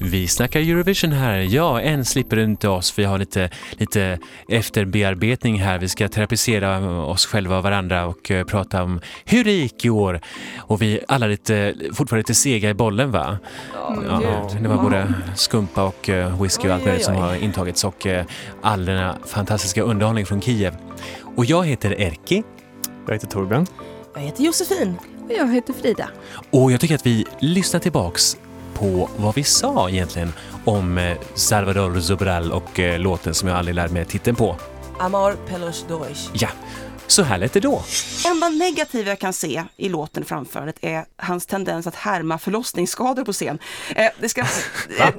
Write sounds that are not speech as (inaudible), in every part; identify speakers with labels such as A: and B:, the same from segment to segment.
A: Vi snackar Eurovision här. Ja, än slipper det inte oss. Vi har lite, lite efterbearbetning här. Vi ska terapisera oss själva och varandra och eh, prata om hur det gick i år. Och vi är alla lite, fortfarande lite sega i bollen va? Ja, det var både skumpa och eh, whisky och
B: Oj,
A: allt
B: oj,
A: möjligt som
B: oj.
A: har intagits och eh, all denna fantastiska underhållning från Kiev. Och jag heter Erki
C: Jag heter Torbjörn.
B: Jag heter Josefin.
D: Och jag heter Frida.
A: och jag tycker att vi lyssnar tillbaks på vad vi sa egentligen om eh, Salvador Sobral och eh, låten som jag aldrig lärde mig titeln på.
B: Amar Pelos Deutsch.
A: Ja, så här lät det då.
E: Enda negativa jag kan se i låten framförandet är hans tendens att härma förlossningsskador på scen. Eh, det ska... eh,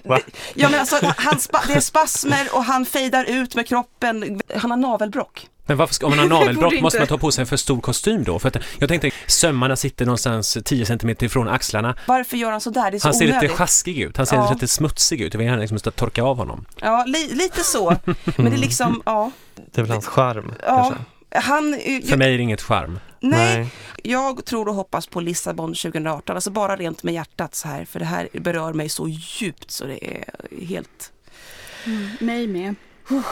C: Va?
E: ja, men alltså, han spa, det är spasmer och han fejdar ut med kroppen. Han har navelbråck.
A: Men varför ska, om
E: (laughs)
A: man har
D: Borde
A: navelbråck
D: inte.
A: måste man ta på sig en för stor kostym då? För att jag tänkte sömmarna sitter någonstans 10 cm ifrån axlarna.
E: Varför gör han så där? Det är så
A: Han ser lite
E: onödigt.
A: sjaskig ut, han ser
E: Ja.
A: lite smutsig ut. Jag vill gärna liksom måste torka av honom.
E: ja, li, lite så. Men det är liksom, ja.
C: Det är väl hans charm
E: ja.
C: kanske?
E: Han, eh,
A: För mig är det inget charm.
E: nej, Jag tror och hoppas på Lissabon 2018, alltså bara rent med hjärtat så här, för det här berör mig så djupt så det är helt...
D: Mig med.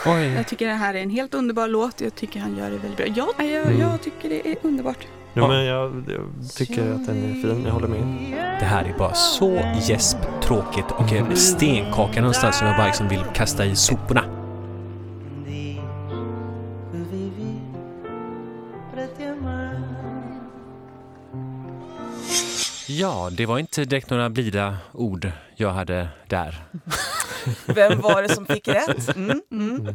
C: Oj,
D: Jag tycker det här är en helt underbar låt. Jag tycker han gör det väldigt bra. Jag, nej, jag,
A: Mm.
D: jag tycker det är underbart.
C: jo, men jag, jag tycker att den är fin. Jag håller med.
A: Det här är bara så gäsptråkigt och en stenkaka någonstans som jag bara liksom vill kasta i soporna. Ja, det var inte direkt några blida ord jag hade där.
B: Vem var det som fick rätt? Mm. Mm.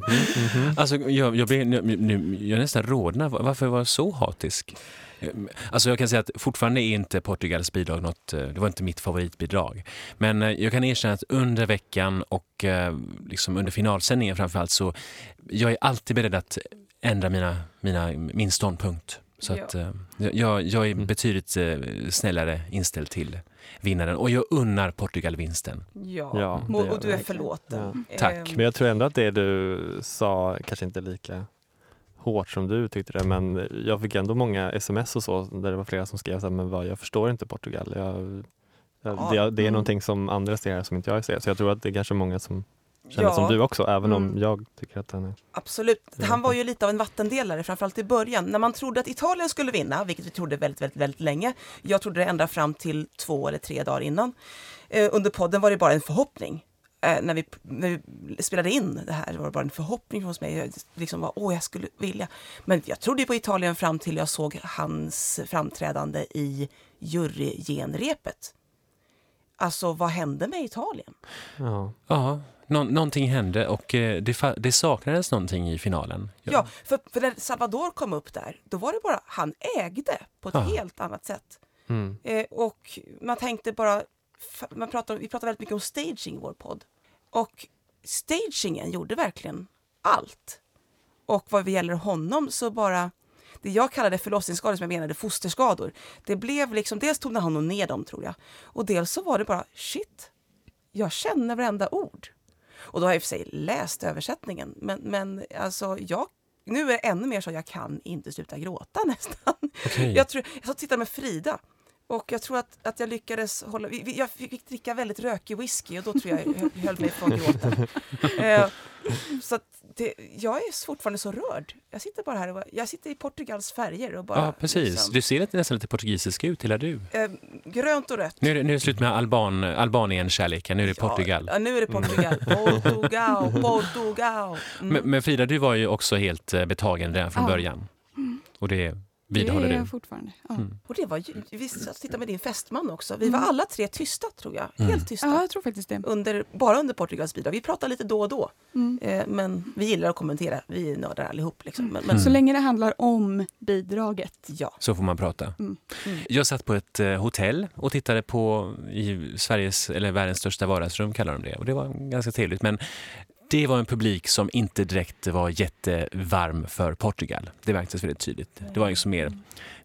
A: Alltså, jag, jag, blir, nu, nu, jag är nästan rodnad. Varför var jag så hatisk? Ehm, Alltså jag kan säga att fortfarande är inte Portugals bidrag något, eh, det var inte mitt favoritbidrag. Men eh, jag kan erkänna att under veckan och eh, liksom under finalsändningen framförallt så jag är alltid beredd att ändra mina, mina, min ståndpunkt. Så
D: Ja.
A: att, eh, jag, jag är betydligt eh, snällare inställd till vinnaren och jag unnar Portugal vinsten.
B: Ja.
C: Ja, det
B: Mo-
C: gör
B: och du är
C: vi.
B: förlåten.
A: Tack.
B: Ehm,
C: Men jag tror ändå att det du sa kanske inte är lika hårt som du tyckte det, men jag fick ändå många sms och så där det var flera som skrev så här, men vad, jag förstår inte Portugal. Jag, jag, det, det är någonting som andra ser här som inte jag ser, så jag tror att det är kanske många som känner
B: Ja.
C: som du också, även om
B: Mm.
C: jag tycker att den är...
B: Absolut. Han var ju lite av en vattendelare, framförallt i början. När man trodde att Italien skulle vinna, vilket vi trodde väldigt, väldigt, väldigt länge. Jag trodde det ända fram till två eller tre dagar innan. Eh, under podden var det bara en förhoppning. Eh, när, vi, när vi spelade in det här var det bara en förhoppning hos mig. Jag liksom var, åh, jag skulle vilja. Men jag trodde ju på Italien fram till jag såg hans framträdande i jurygenrepet. Alltså, vad hände med Italien?
C: Ja.
A: Ja, nå- någonting hände och eh, det, fa- det saknades någonting i finalen. Jag-
B: Ja, för, för när Salvador kom upp där, då var det bara han ägde på ett
A: Ja.
B: helt annat sätt.
C: Mm.
B: Eh, och man tänkte bara, f- man pratar, vi pratar väldigt mycket om staging i vår podd. Och stagingen gjorde verkligen allt. Och vad gäller honom så bara, det jag kallade förlossningsskador som jag menade fosterskador, det blev liksom, dels tog han nog ner dem tror jag. Och dels så var det bara, shit, jag känner varenda ord. Och då har jag i och för sig läst översättningen, men, men alltså jag nu är det ännu mer så jag kan inte sluta gråta nästan.
A: Okej.
B: Jag, tror, jag satt och tittade med Frida och jag tror att, att jag lyckades hålla... vi- vi- Jag fick dricka väldigt rökig whisky och då tror jag jag höll- höll mig från
A: (laughs)
B: gråten. Eh, så att det, jag är fortfarande så rörd. Jag sitter bara här och, jag sitter i Portugals färger och bara...
A: Ja, precis.
B: liksom,
A: Du ser lite, nästan lite portugisisk ut, hela du.
B: eh, grönt och rött.
A: Nu är det, nu är det slut med Alban, Albanien-kärleken, nu är det Portugal. Mm.
B: Ja, nu är det Portugal.
A: (laughs)
B: Portugal, Portugal. Mm.
A: Men, men Frida, du var ju också helt eh, betagen redan från
D: Ja.
A: början.
B: Mm.
A: Och det
D: det
A: vidhåller
D: är
A: du. Mm.
D: jag fortfarande. Ja.
B: Och det var ju, vi satt och tittade med din fästman också. Vi var alla tre tysta tror jag.
A: Mm.
B: Helt tysta.
D: ja, jag tror faktiskt det. Mm.
B: under, bara under Portugals bidrag. Vi pratar lite då och då, eh, men vi gillar att kommentera. Vi är nördar allihop. Liksom. Men,
A: Mm.
B: men,
D: Så länge det handlar om bidraget.
B: ja.
A: Så får man prata.
D: Mm.
A: Jag satt på ett eh, hotell och tittade på i Sveriges, eller världens största vardagsrum kallar de det. Och det var ganska trevligt. Men det var en publik som inte direkt var jättevarm för Portugal. Det märktes väldigt tydligt. Det var liksom mer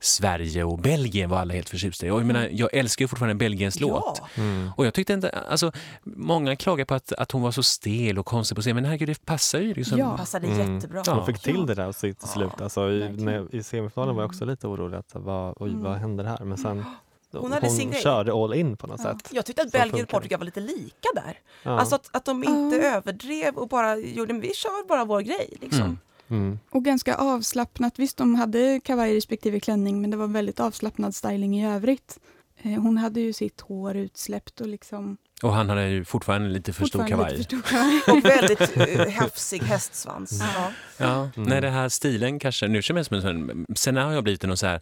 A: Sverige och Belgien var alla helt förtjusta i. Och Jag, menar, jag älskar ju fortfarande Belgiens låt.
C: Mm.
A: Och jag tyckte inte, alltså, många klagar på att, att hon var så stel och konstig på scen, men herregud, det passar ju. Liksom.
D: Ja.
B: Passade
C: Mm.
B: jättebra.
A: Ja.
C: De fick till det där till, till slut. Alltså, i,
D: verkligen.
C: när, jag- I semifinalen var jag också lite orolig. Att, vad, oj, vad händer här? Men sen
B: Hon
C: hon,
B: hade sin grej.
C: körde all in på något
D: Ja.
C: sätt.
B: Jag tyckte att
C: Så
B: Belgien och
C: funkar det.
B: Portugal var lite lika där.
C: Ja.
B: Alltså att, att de inte
D: Ja.
B: överdrev och bara gjorde, men vi kör bara vår grej liksom.
A: Mm.
C: mm.
D: Och ganska avslappnat. Visst, de hade kavaj respektive klänning men det var väldigt avslappnad styling i övrigt. Eh, Hon hade ju sitt hår utsläppt och liksom...
A: Och han hade ju fortfarande lite för stor
D: fortfarande
A: kavaj.
D: lite för
A: (laughs)
D: stor
B: (laughs)
D: kavaj.
B: Och väldigt uh, hafsig hästsvans. Ja.
A: Ja,
C: Mm.
A: nej, det här stilen kanske, nu känner jag mig som en, sen har jag blivit någon så här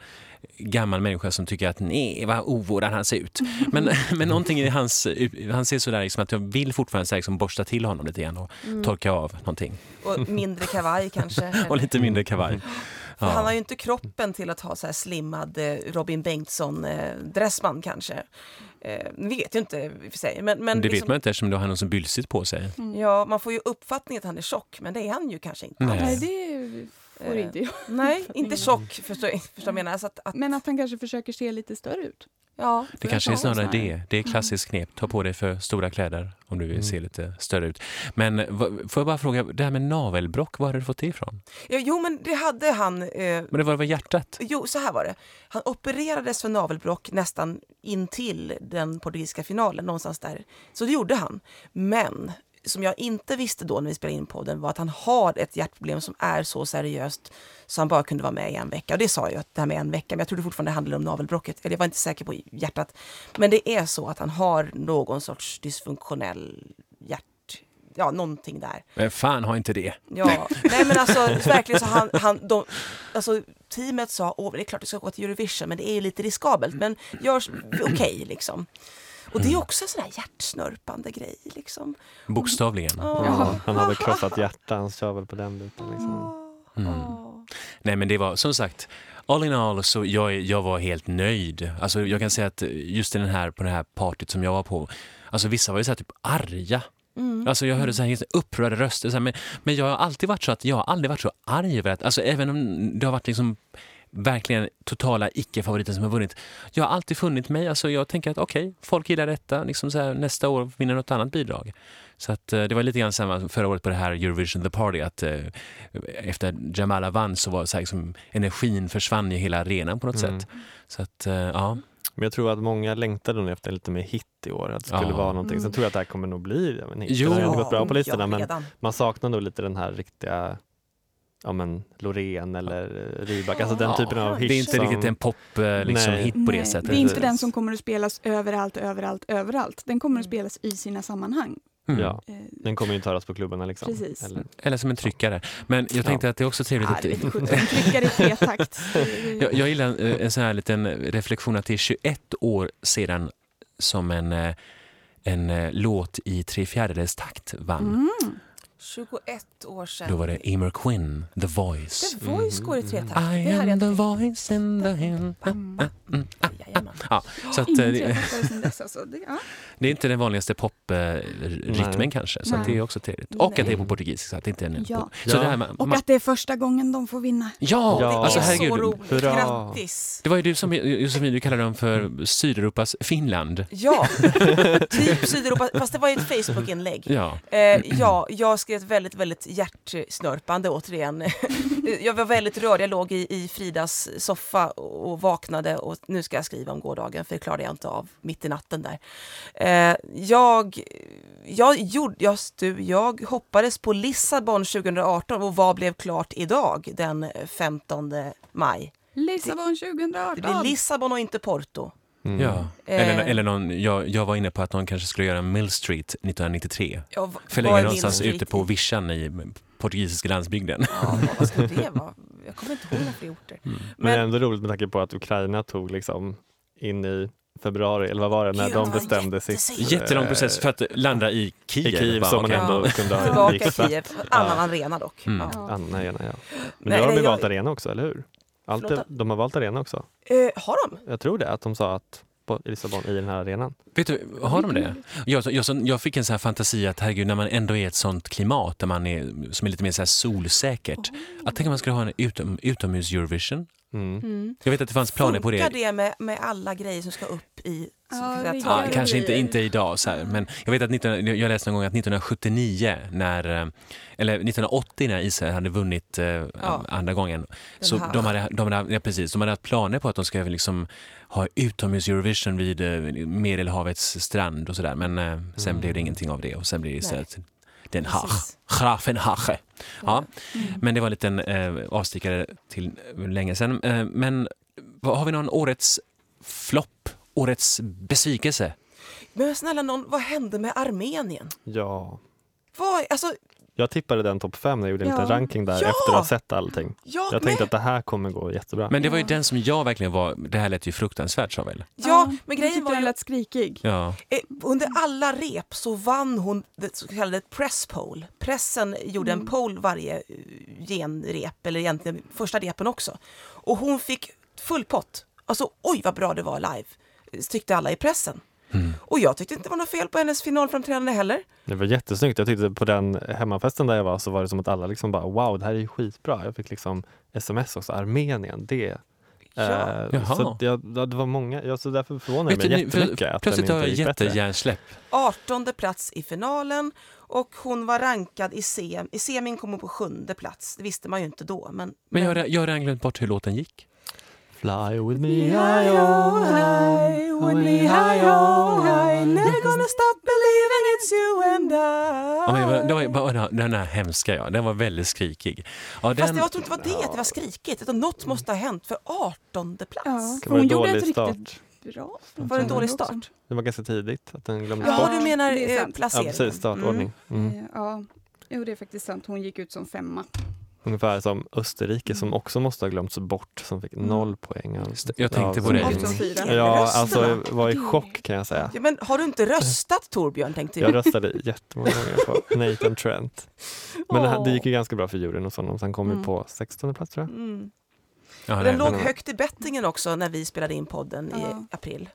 A: gammal människa som tycker att nej, vad ovårdad han
B: (laughs)
A: ser ut. Men, (laughs) men någonting i hans, han ser sådär liksom att jag vill fortfarande så här, liksom, borsta till honom lite grann och
B: Mm.
A: torka av någonting.
B: Och mindre kavaj kanske.
A: (laughs) Och lite mindre kavaj.
B: För Mm. Han har
A: Ja.
B: ju inte kroppen till att ha så här slimmad eh, Robin Bengtsson-dressman kanske. Eh, nu vet ju inte i och för sig. Men, men
A: Det vet
B: liksom,
A: man inte eftersom du har någon som bylsigt på sig.
B: Ja, man får ju uppfattningen att han är tjock, men det är han ju kanske inte.
A: Nej.
B: alls.
D: Nej, det eh, får inte jag.
B: Nej, inte tjock, förstår förstår jag menar. Så att, att,
D: Men att han kanske försöker se lite större ut.
B: ja,
A: Det
D: Jag
A: kanske är
D: tar en
A: snarare
D: sån här.
A: det.
B: Mm.
A: Det är klassiskt knep. Ta på dig för stora kläder om du vill se lite större ut. Men vad- får jag bara fråga, det här med navelbrock, var har du fått det ifrån?
B: Ja, jo, men det hade han. Eh,
A: Men det var väl hjärtat?
B: jo, så här var det. Han opererades för navelbråck nästan in till den portugisiska finalen, någonstans där. Så det gjorde han. Men som jag inte visste då när vi spelade in podden var att han har ett hjärtproblem som är så seriöst så han bara kunde vara med i en vecka. Och det sa jag att det här med en vecka, men jag trodde fortfarande det handlade om navelbråcket. Eller jag var inte säker på hjärtat. Men det är så att han har någon sorts dysfunktionell hjärt... Ja, någonting där.
A: Men fan har inte det.
B: Ja, nej men alltså verkligen så han, han de, alltså teamet sa, åh det är klart du ska gå till Eurovision men det är ju lite riskabelt men gör s- okej liksom. Och det är också en sån här hjärtsnörpande grej liksom.
A: Bokstavligen.
C: ja, han hade krossat hjärtan, han kör väl på den biten.
B: Mm.
C: Liksom.
A: Mm. Nej men det var som sagt, all in all så jag, är- jag var helt nöjd. Alltså jag kan säga att just den här, på det här partyt som jag var på, alltså vissa var ju så här typ arga.
D: Mm.
A: Alltså jag hörde så här helt upprörda röster. Så här, men, men jag har alltid varit så att jag har aldrig varit så arg över att, alltså även om det har varit liksom verkligen totala icke-favoriten som har vunnit. Jag har alltid funnit mig, alltså jag tänker att okej, folk gillar detta, liksom så här, nästa år vinner något annat bidrag. Så att eh, det var lite grann samma som förra året på det här Eurovision The Party, att eh, efter Jamala vann så var så här, liksom, energin försvann i hela arenan på något
C: Mm.
A: sätt. Så att eh, ja,
C: Men jag tror att många längtade nog efter lite mer hit i år. Att det skulle
A: Ja.
C: vara någonting. Sen tror jag att det här kommer nog bli en hit.
A: Jo.
C: Det har ju gått
B: Ja,
C: bra på listorna
B: ja,
C: men
B: redan.
C: man saknar nog lite den här riktiga Ja men Loreen eller eh, Rybak, alltså den
A: Ja,
C: typen av hit
A: det är inte
C: som-
A: riktigt en pop eh, liksom,
C: Nej.
A: hit på det
D: Nej,
A: sättet.
D: är inte
C: Precis.
D: den som kommer att spelas överallt, överallt, överallt. Den kommer att spelas i sina sammanhang.
A: Mm.
C: Ja,
D: Eh,
C: den kommer ju inte höras på klubbarna liksom.
D: Precis.
C: Eller,
A: Eller som en tryckare. Men jag tänkte att det typ? är också trevligt
D: ah,
A: att
D: det vete sjutton, trycka det i T-takt.
A: (laughs) Jag, jag gillar en, en sån här liten reflektion att det är 21 år sedan som en, eh, en eh, låt i tre fjärdedels takt vann.
D: Mm.
B: 21 år sedan.
A: Då var det Emer Quinn, The Voice.
B: The Voice går i tre takt.
A: I
B: Det hade
A: am
B: jag
A: the
B: tänkt.
A: voice in the hand.
B: Jajamän.
A: Ja, så att, eh,
D: Mm. Ingen
A: det,
D: tretaktare sen dess alltså. Det, ja.
A: det är inte den vanligaste poprytmen
C: Nej.
A: kanske, så att
D: Nej.
A: det är också trevligt. Och att det är på
C: Nej.
A: portugisiska, så att det inte är en
D: Ja.
A: Så
C: Ja.
A: det här med,
D: Och
A: ma-
D: att det är första gången de får vinna.
A: ja,
C: Ja.
A: alltså
B: det är så
A: herregud.
B: roligt.
C: Hurra.
B: Grattis!
A: Det var ju du som, Josefin, du kallade dem för Sydeuropas Finland. (laughs)
B: Ja, typ Sydeuropa, fast det var ju ett Facebook-inlägg.
A: Ja.
B: Eh,
A: (clears throat)
B: ja, jag skrev ett väldigt, väldigt hjärtsnörpande återigen. (laughs) jag var väldigt rörd. Jag låg i, i Fridas soffa och vaknade och nu ska jag skriva om gårdagen för det klarade jag inte av mitt i natten där. Eh, jag, jag, gjorde, jag, du, jag hoppades på Lissabon 2018 och vad blev klart idag den 15 maj?
D: Lissabon
B: Det
D: 2018.
B: blir Lissabon och inte Porto.
C: mm.
A: Ja.
B: Eh.
A: Eller, eller någon, jag, jag var inne på att någon kanske skulle göra Mill Street 1993.
B: Jag v- var
A: Förlänga
B: i
A: någonstans
B: Mill Street
A: ute på vischan i portugisiska landsbygden.
B: Ja, vad skulle det vara? Jag kommer inte ihåg några fler
A: (laughs)
B: orter.
C: Men, ändå roligt med tanke på att Ukraina tog liksom in i februari, eller vad var det, när
B: Gud,
C: de
B: det var
C: bestämde sitt...
B: jättesent.
A: Jättelång process för att landa i Kiev.
C: I Kiev
A: bara,
C: som man
A: okej.
C: ändå kunde ha
B: Tillbaka
C: gissat.
B: till Kiev, annan arena dock.
A: Mm.
B: Ja.
D: Ja.
C: Anna Arena, ja. Men
B: Nej,
C: nu har de
B: nej,
C: ju
B: jag-
C: valt arena också, eller hur? Allt är,
B: Förlåt?
C: de har valt arena också.
B: Eh, har de?
C: Jag tror det, att de sa att på i Lissabon i den här arenan.
A: Vet du, har de det? Jag, jag, jag fick en sån här fantasi att herregud, när man ändå är i ett sånt klimat där man är, som är lite mer så här solsäkert.
B: Oh.
A: Att tänk om man skulle ha en utom, utomhus Eurovision.
C: Mm.
B: Mm.
A: Jag vet att det fanns planer på
B: Funkar
A: det.
B: det med, med alla grejer som ska upp i...
D: Ja,
B: som-
D: det
A: Ja,
D: gör
A: kanske
D: vi.
A: inte, inte idag, så här. men jag vet att 19, jag läste någon gång att 1979, när, eh, eller 1980 när Israel hade vunnit eh, andra gången, så
B: här.
A: de hade, de, hade, ja, precis, de hade haft planer på att de ska liksom ha utomhus Eurovision vid eh, Medelhavets strand och sådär, men eh, sen blev det ingenting av det och sen blev det istället den här.
B: Precis.
A: Grafenhache. Ja.
D: Mm.
A: Men det var en liten eh, avstickare till länge sedan. Eh, men vad- har vi någon årets flopp? Årets besvikelse?
B: Men snälla någon, vad hände med Armenien?
C: Ja.
B: Vad, alltså,
C: Jag tippade den topp fem när jag gjorde en
D: Ja.
C: liten ranking där
B: Ja!
C: efter att ha sett allting.
B: jag,
C: Jag tänkte att det här kommer gå jättebra.
A: Men det var ju den som jag verkligen var, det här lät ju fruktansvärt sa väl?
B: ja, men
D: jag
B: grejen
D: tyckte
B: var
D: den
B: ju,
D: lät skrikig.
A: Ja.
B: eh, under alla rep så vann hon det så kallade press poll. Pressen gjorde
A: Mm.
B: en poll varje eh, genrep, eller egentligen första repen också. Och hon fick full pott. Alltså oj vad bra det var live, eh, tyckte alla i pressen.
A: Mm.
B: Och jag tyckte inte det var något fel på hennes finalframträdande heller.
C: Det var jättesnyggt. Jag tyckte på den hemmafesten där jag var så var det som att alla liksom bara wow, det här är ju skitbra. Jag fick liksom sms också, Armenien, det. Eh,
A: Jaha.
C: så att jag, det det var många, jag, så därför förvånade
A: Vet
C: det
A: du,
C: mig
A: nu-
C: jättemycket
A: för-
C: att
A: plötsligt
C: den
A: har
C: inte
A: jag
C: gick bättre.
A: jättehjärnsläpp.
B: 18 plats i finalen och hon var rankad i sem. I semin kom hon på sjunde plats. Det visste man ju inte då. Men,
A: Men jag har, jag har redan glömt bort hur låten gick.
C: Fly with me,
B: Hi-oh, hi, with me, hi-oh, hi. Never gonna stop believing it's you and I.
A: Ja, men jag var, det var, ju bara- den här- den här hemska ja, den var väldigt skrikig. Ja,
B: Fast
A: den,
B: jag tror inte det var det, att det var skrikigt. Utan något måste ha hänt för 18 plats.
D: Ja,
C: Det
D: för
C: var
D: hon
C: en
D: gjorde ett
C: dålig
D: riktigt
C: start.
D: bra
B: Var det en
D: framträdande
B: dålig
D: också.
B: start?
C: Det var ganska tidigt att den glömdes
D: Ja,
B: Ja,
C: bort.
B: du menar
D: det är
B: eh,
D: sant.
C: Ja,
B: placeringen.
C: precis, startordning. Mm.
D: Eh, Ja, jo det är faktiskt sant. Hon gick ut som femma.
C: Ungefär som Österrike som också måste ha glömts bort som fick
A: Mm.
C: noll poäng. av-
A: jag tänkte
C: av-
A: på
B: Mm.
A: dig.
D: Av de fyra.
C: Ja,
B: Rösterna.
C: alltså jag var i chock kan jag säga.
B: Ja, men har du inte röstat Torbjörn tänkte
C: Jag
B: jag.
C: röstade jättemånga gånger
B: (laughs)
C: på Nathan Trent. Men det, här, det gick ju ganska bra för juryn och sånt. Han kom ju
B: Mm.
C: på 16 plats tror jag.
B: Mm.
A: ja,
B: Den
A: nej.
B: låg högt i bettingen också när vi spelade in podden
D: Ja.
B: i april.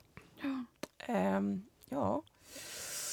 B: Ehm, ja.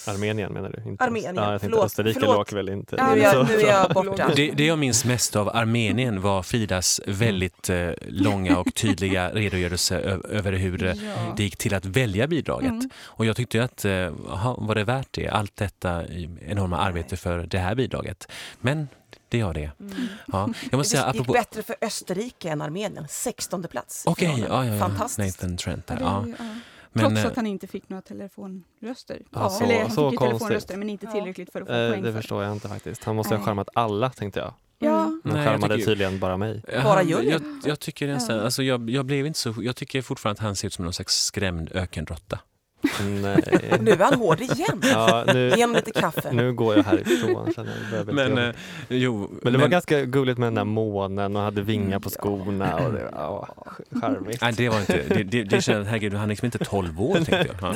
C: Armenien menar du? Inte
B: Armenien,
C: Ja, jag tänkte
B: förlåt,
C: Österrike
B: förlåt.
C: låg väl inte
D: Ja,
B: Nu, är
D: så-
B: jag, nu är jag borta.
A: Det, det jag minns mest av Armenien var Fridas väldigt eh, långa och tydliga redogörelse ö- över hur eh,
D: Ja. Mm.
A: det gick till att välja bidraget. Och jag tyckte ju att, eh, aha, var det värt det? Allt detta eh, enorma arbete för det här bidraget. Men det gör det.
D: Mm.
A: Ja. Jag måste säga
B: det gick
A: apropå...
B: bättre för Österrike än Armenien. 16 plats. i
A: Okej,
B: finalen.
A: ja, ja, ja.
B: Fantastiskt.
A: Nathan Trent
D: Ja,
A: där.
D: det
A: Ja.
D: är ju- ja.
A: Men,
D: Trots
A: eh,
D: att han inte fick några telefonröster.
C: Ja, så-
D: Eller han
C: så
D: fick ju
C: konstigt.
D: telefonröster men inte tillräckligt för att få
C: Eh,
D: poäng.
C: det
D: för.
C: förstår jag inte faktiskt. Han måste ha
D: Nej.
C: charmat alla tänkte jag.
D: Ja,
C: Men
A: Nej,
C: han
A: jag
C: charmade
A: tycker ju-
C: tydligen bara mig.
B: Bara
A: eh, han-
B: juryn.
A: jag, jag tycker nästan,
D: Ja.
A: alltså jag, jag blev inte så, jag tycker fortfarande att han ser ut som någon slags skrämd ökenrotta.
B: (laughs)
C: Nej.
B: Nu är han hård igen.
C: eh, Ja, nu,
B: Ge honom lite kaffe.
C: nu går jag härifrån känner jag. Det börjar bli lite
A: Men, eh,
C: jobbigt.
A: jo,
C: men det var ganska gulligt med den där månen och hade
B: Mm.
C: vingar på skorna och det var ja, charmigt.
A: Nej, det var inte, det, det, det kändes, herregud, han är liksom inte 12 år tänkte jag.
D: (laughs)
A: Ja.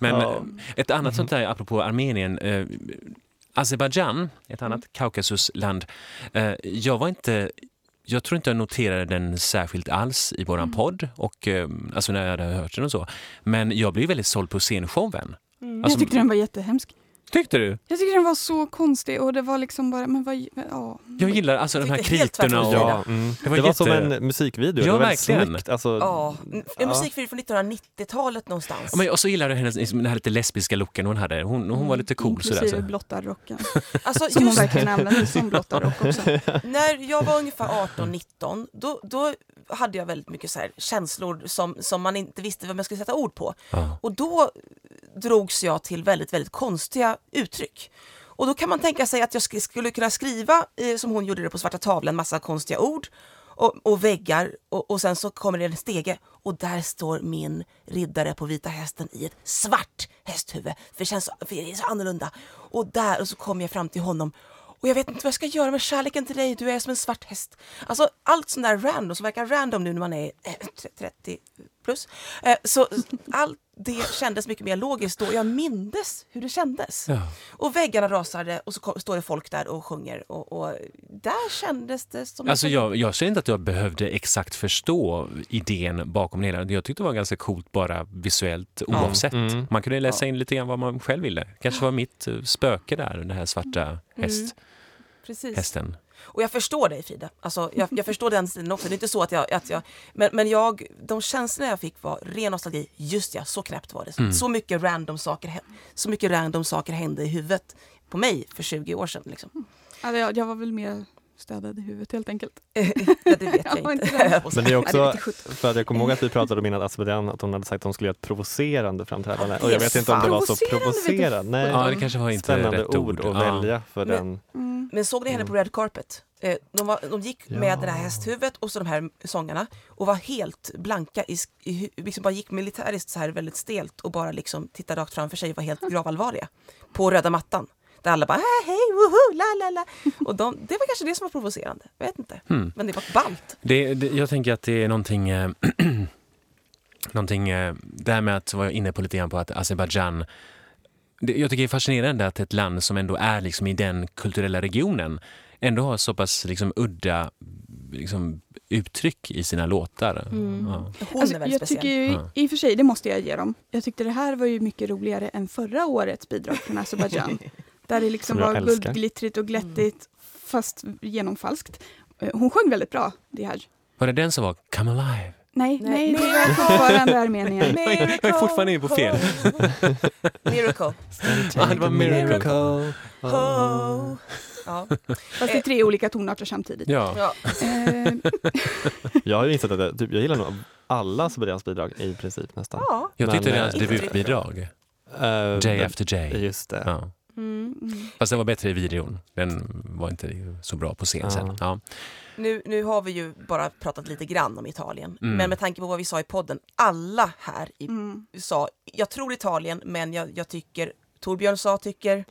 A: Men eh,
C: Ja.
A: ett annat sånt där, apropå Armenien, eh, Azerbajdzjan, ett annat Kaukasusland. Eh, jag var inte, jag tror inte jag noterade den särskilt alls i våran podd, och, eh, alltså när jag hade hört den och så. Men jag blev väldigt såld på scenshowen. Alltså,
D: Mm. jag tyckte den var jättehemsk.
A: tyckte du?
D: Jag tyckte den var så konstig och det var liksom bara, men vad, ja.
A: Jag gillar alltså de här
B: Tyckte helt
A: kritorna.
B: tvärtom.
A: Och,
C: Ja, mm.
A: Det
C: Det
A: var
C: var,
A: jätte-
C: som en musikvideo.
A: Ja,
C: det var väldigt
A: verkligen.
C: snyggt. Alltså,
B: Ja, en
C: Ja.
B: musikvideo från 1990-talet någonstans.
A: Ja, men, och så gillade jag hennes, liksom, den här lite lesbiska looken hon hade. Hon, hon var lite cool sådär.
D: Inklusive
A: Så.
C: (laughs)
D: blottarrocken.
B: Alltså,
D: Som hon
B: just
D: verkligen använde som blottarrock också.
B: när jag var ungefär 18-19 då, då hade jag väldigt mycket så här känslor som, som man inte visste vad man skulle sätta ord på.
A: Ja.
B: Och då drogs jag till väldigt, väldigt konstiga uttryck. Och då kan man tänka sig att jag sk- skulle kunna skriva, eh, som hon gjorde det på svarta tavlan, massa konstiga ord och, och väggar och, och sen så kommer det en stege och där står min riddare på vita hästen i ett svart hästhuvud. För det känns så, för det är så annorlunda. Och där och så kommer jag fram till honom och jag vet inte vad jag ska göra med kärleken till dig, du är som en svart häst. Alltså allt sånt där random som verkar random nu när man är eh, 30 plus. Eh, Så allt, det kändes mycket mer logiskt då. Jag mindes hur det kändes.
A: Ja.
B: Och väggarna rasade och så kom, står det folk där och sjunger. Och, och där kändes det som...
A: Alltså jag, jag känner inte att jag behövde exakt förstå idén bakom det hela. Jag tyckte det var ganska coolt bara visuellt oavsett.
C: Mm.
A: Man kunde läsa in lite grann vad man själv ville. kanske var mitt eh, spöke där, den här svarta häst,
B: Precis.
A: hästen.
B: Och jag förstår dig Frida. Alltså, jag, jag förstår den sidan också. Det är inte så att jag... Att jag men men jag, de känslorna jag fick var ren nostalgi. Just ja, så knäppt var
A: Mm.
B: det. Så, mycket random saker, hä- så mycket random saker hände i huvudet på mig för 20 år sedan. Liksom.
D: Alltså, jag, jag var väl mer stödad i huvudet helt enkelt.
B: Ja, det vet
D: Jag
B: jag
D: var
B: inte.
D: inte
B: (laughs)
D: den.
C: Men det är
D: Ja, det är
C: också,
D: lite sjutton.
C: för att jag kommer ihåg att vi pratade om innan Aspedian att hon hade sagt att hon skulle göra ett provocerande framträdande
B: Ja,
C: och jag
B: det är
C: vet inte om det var så
D: fan.
C: provocerande. Nej,
A: Ja, det kanske var inte
C: spännande
A: rätt ord.
C: ord att
A: Ja.
C: välja för
B: Men-
A: (laughs)
C: den.
D: Mm.
B: Men såg ni henne på Red Carpet? Eh, De, var, de gick
C: Ja.
B: med det här hästhuvudet och så de här sångarna och var helt blanka. I, sk- i, hu- liksom bara gick militäriskt så här väldigt stelt och bara liksom tittade rakt framför sig och var helt gravallvarliga på röda mattan. Där alla bara ah, hej, woho, la la la. Och de, det var kanske det som var provocerande. Jag vet inte.
A: Hmm.
B: Men det var ballt.
A: Det, det, jag tänker att det är någonting, eh, (clears throat) någonting eh, det här med att vara inne på lite grann på att Azerbajdzjan det, jag tycker det är fascinerande att ett land som ändå är liksom i den kulturella regionen ändå har så pass liksom udda liksom, uttryck i sina låtar. Ja.
B: Hon
D: Alltså,
B: är väldigt
D: jag
B: speciell.
D: tycker ju,
A: Ja.
D: i och för sig, det måste jag ge dem. Jag tyckte det här var ju mycket roligare än förra årets bidrag från (laughs) Azerbaijan. där det liksom
C: Som jag
D: var
C: älskar.
D: guldglittrigt och glättigt, fast genomfalskt. Eh, Hon sjöng väldigt bra, Dihaj.
A: Var det den som var Come Alive?
D: Nej,
B: Nej,
D: nej,
B: nej.
D: det var (laughs) fortfarande Armenien.
B: Miracle.
A: Jag är fortfarande inne på fel.
B: (laughs)
A: (laughs)
B: Miracle.
A: Ja, det var Miracle.
B: Ho. Ja.
D: Fast det är tre olika tonarter samtidigt.
A: Ja.
B: Ja.
D: Eh,
C: Jag har ju insett att jag, typ, jag gillar nog alla Aspedians bidrag i princip nästan.
B: ja.
A: Jag tyckte
C: Men,
A: deras
C: eh,
A: debutbidrag,
C: Eh,
A: J
C: men-
A: After J.
C: Just det.
A: Ja.
D: (laughs) mm, mm.
A: Fast den var bättre i videon. Den var inte så bra på scen sen. Ja.
B: Nu, nu har vi ju bara pratat lite grann om Italien,
A: Mm.
B: men med tanke på vad vi sa i podden, alla här i,
D: Mm.
B: sa, jag tror Italien, men jag, jag tycker, Torbjörn sa tycker,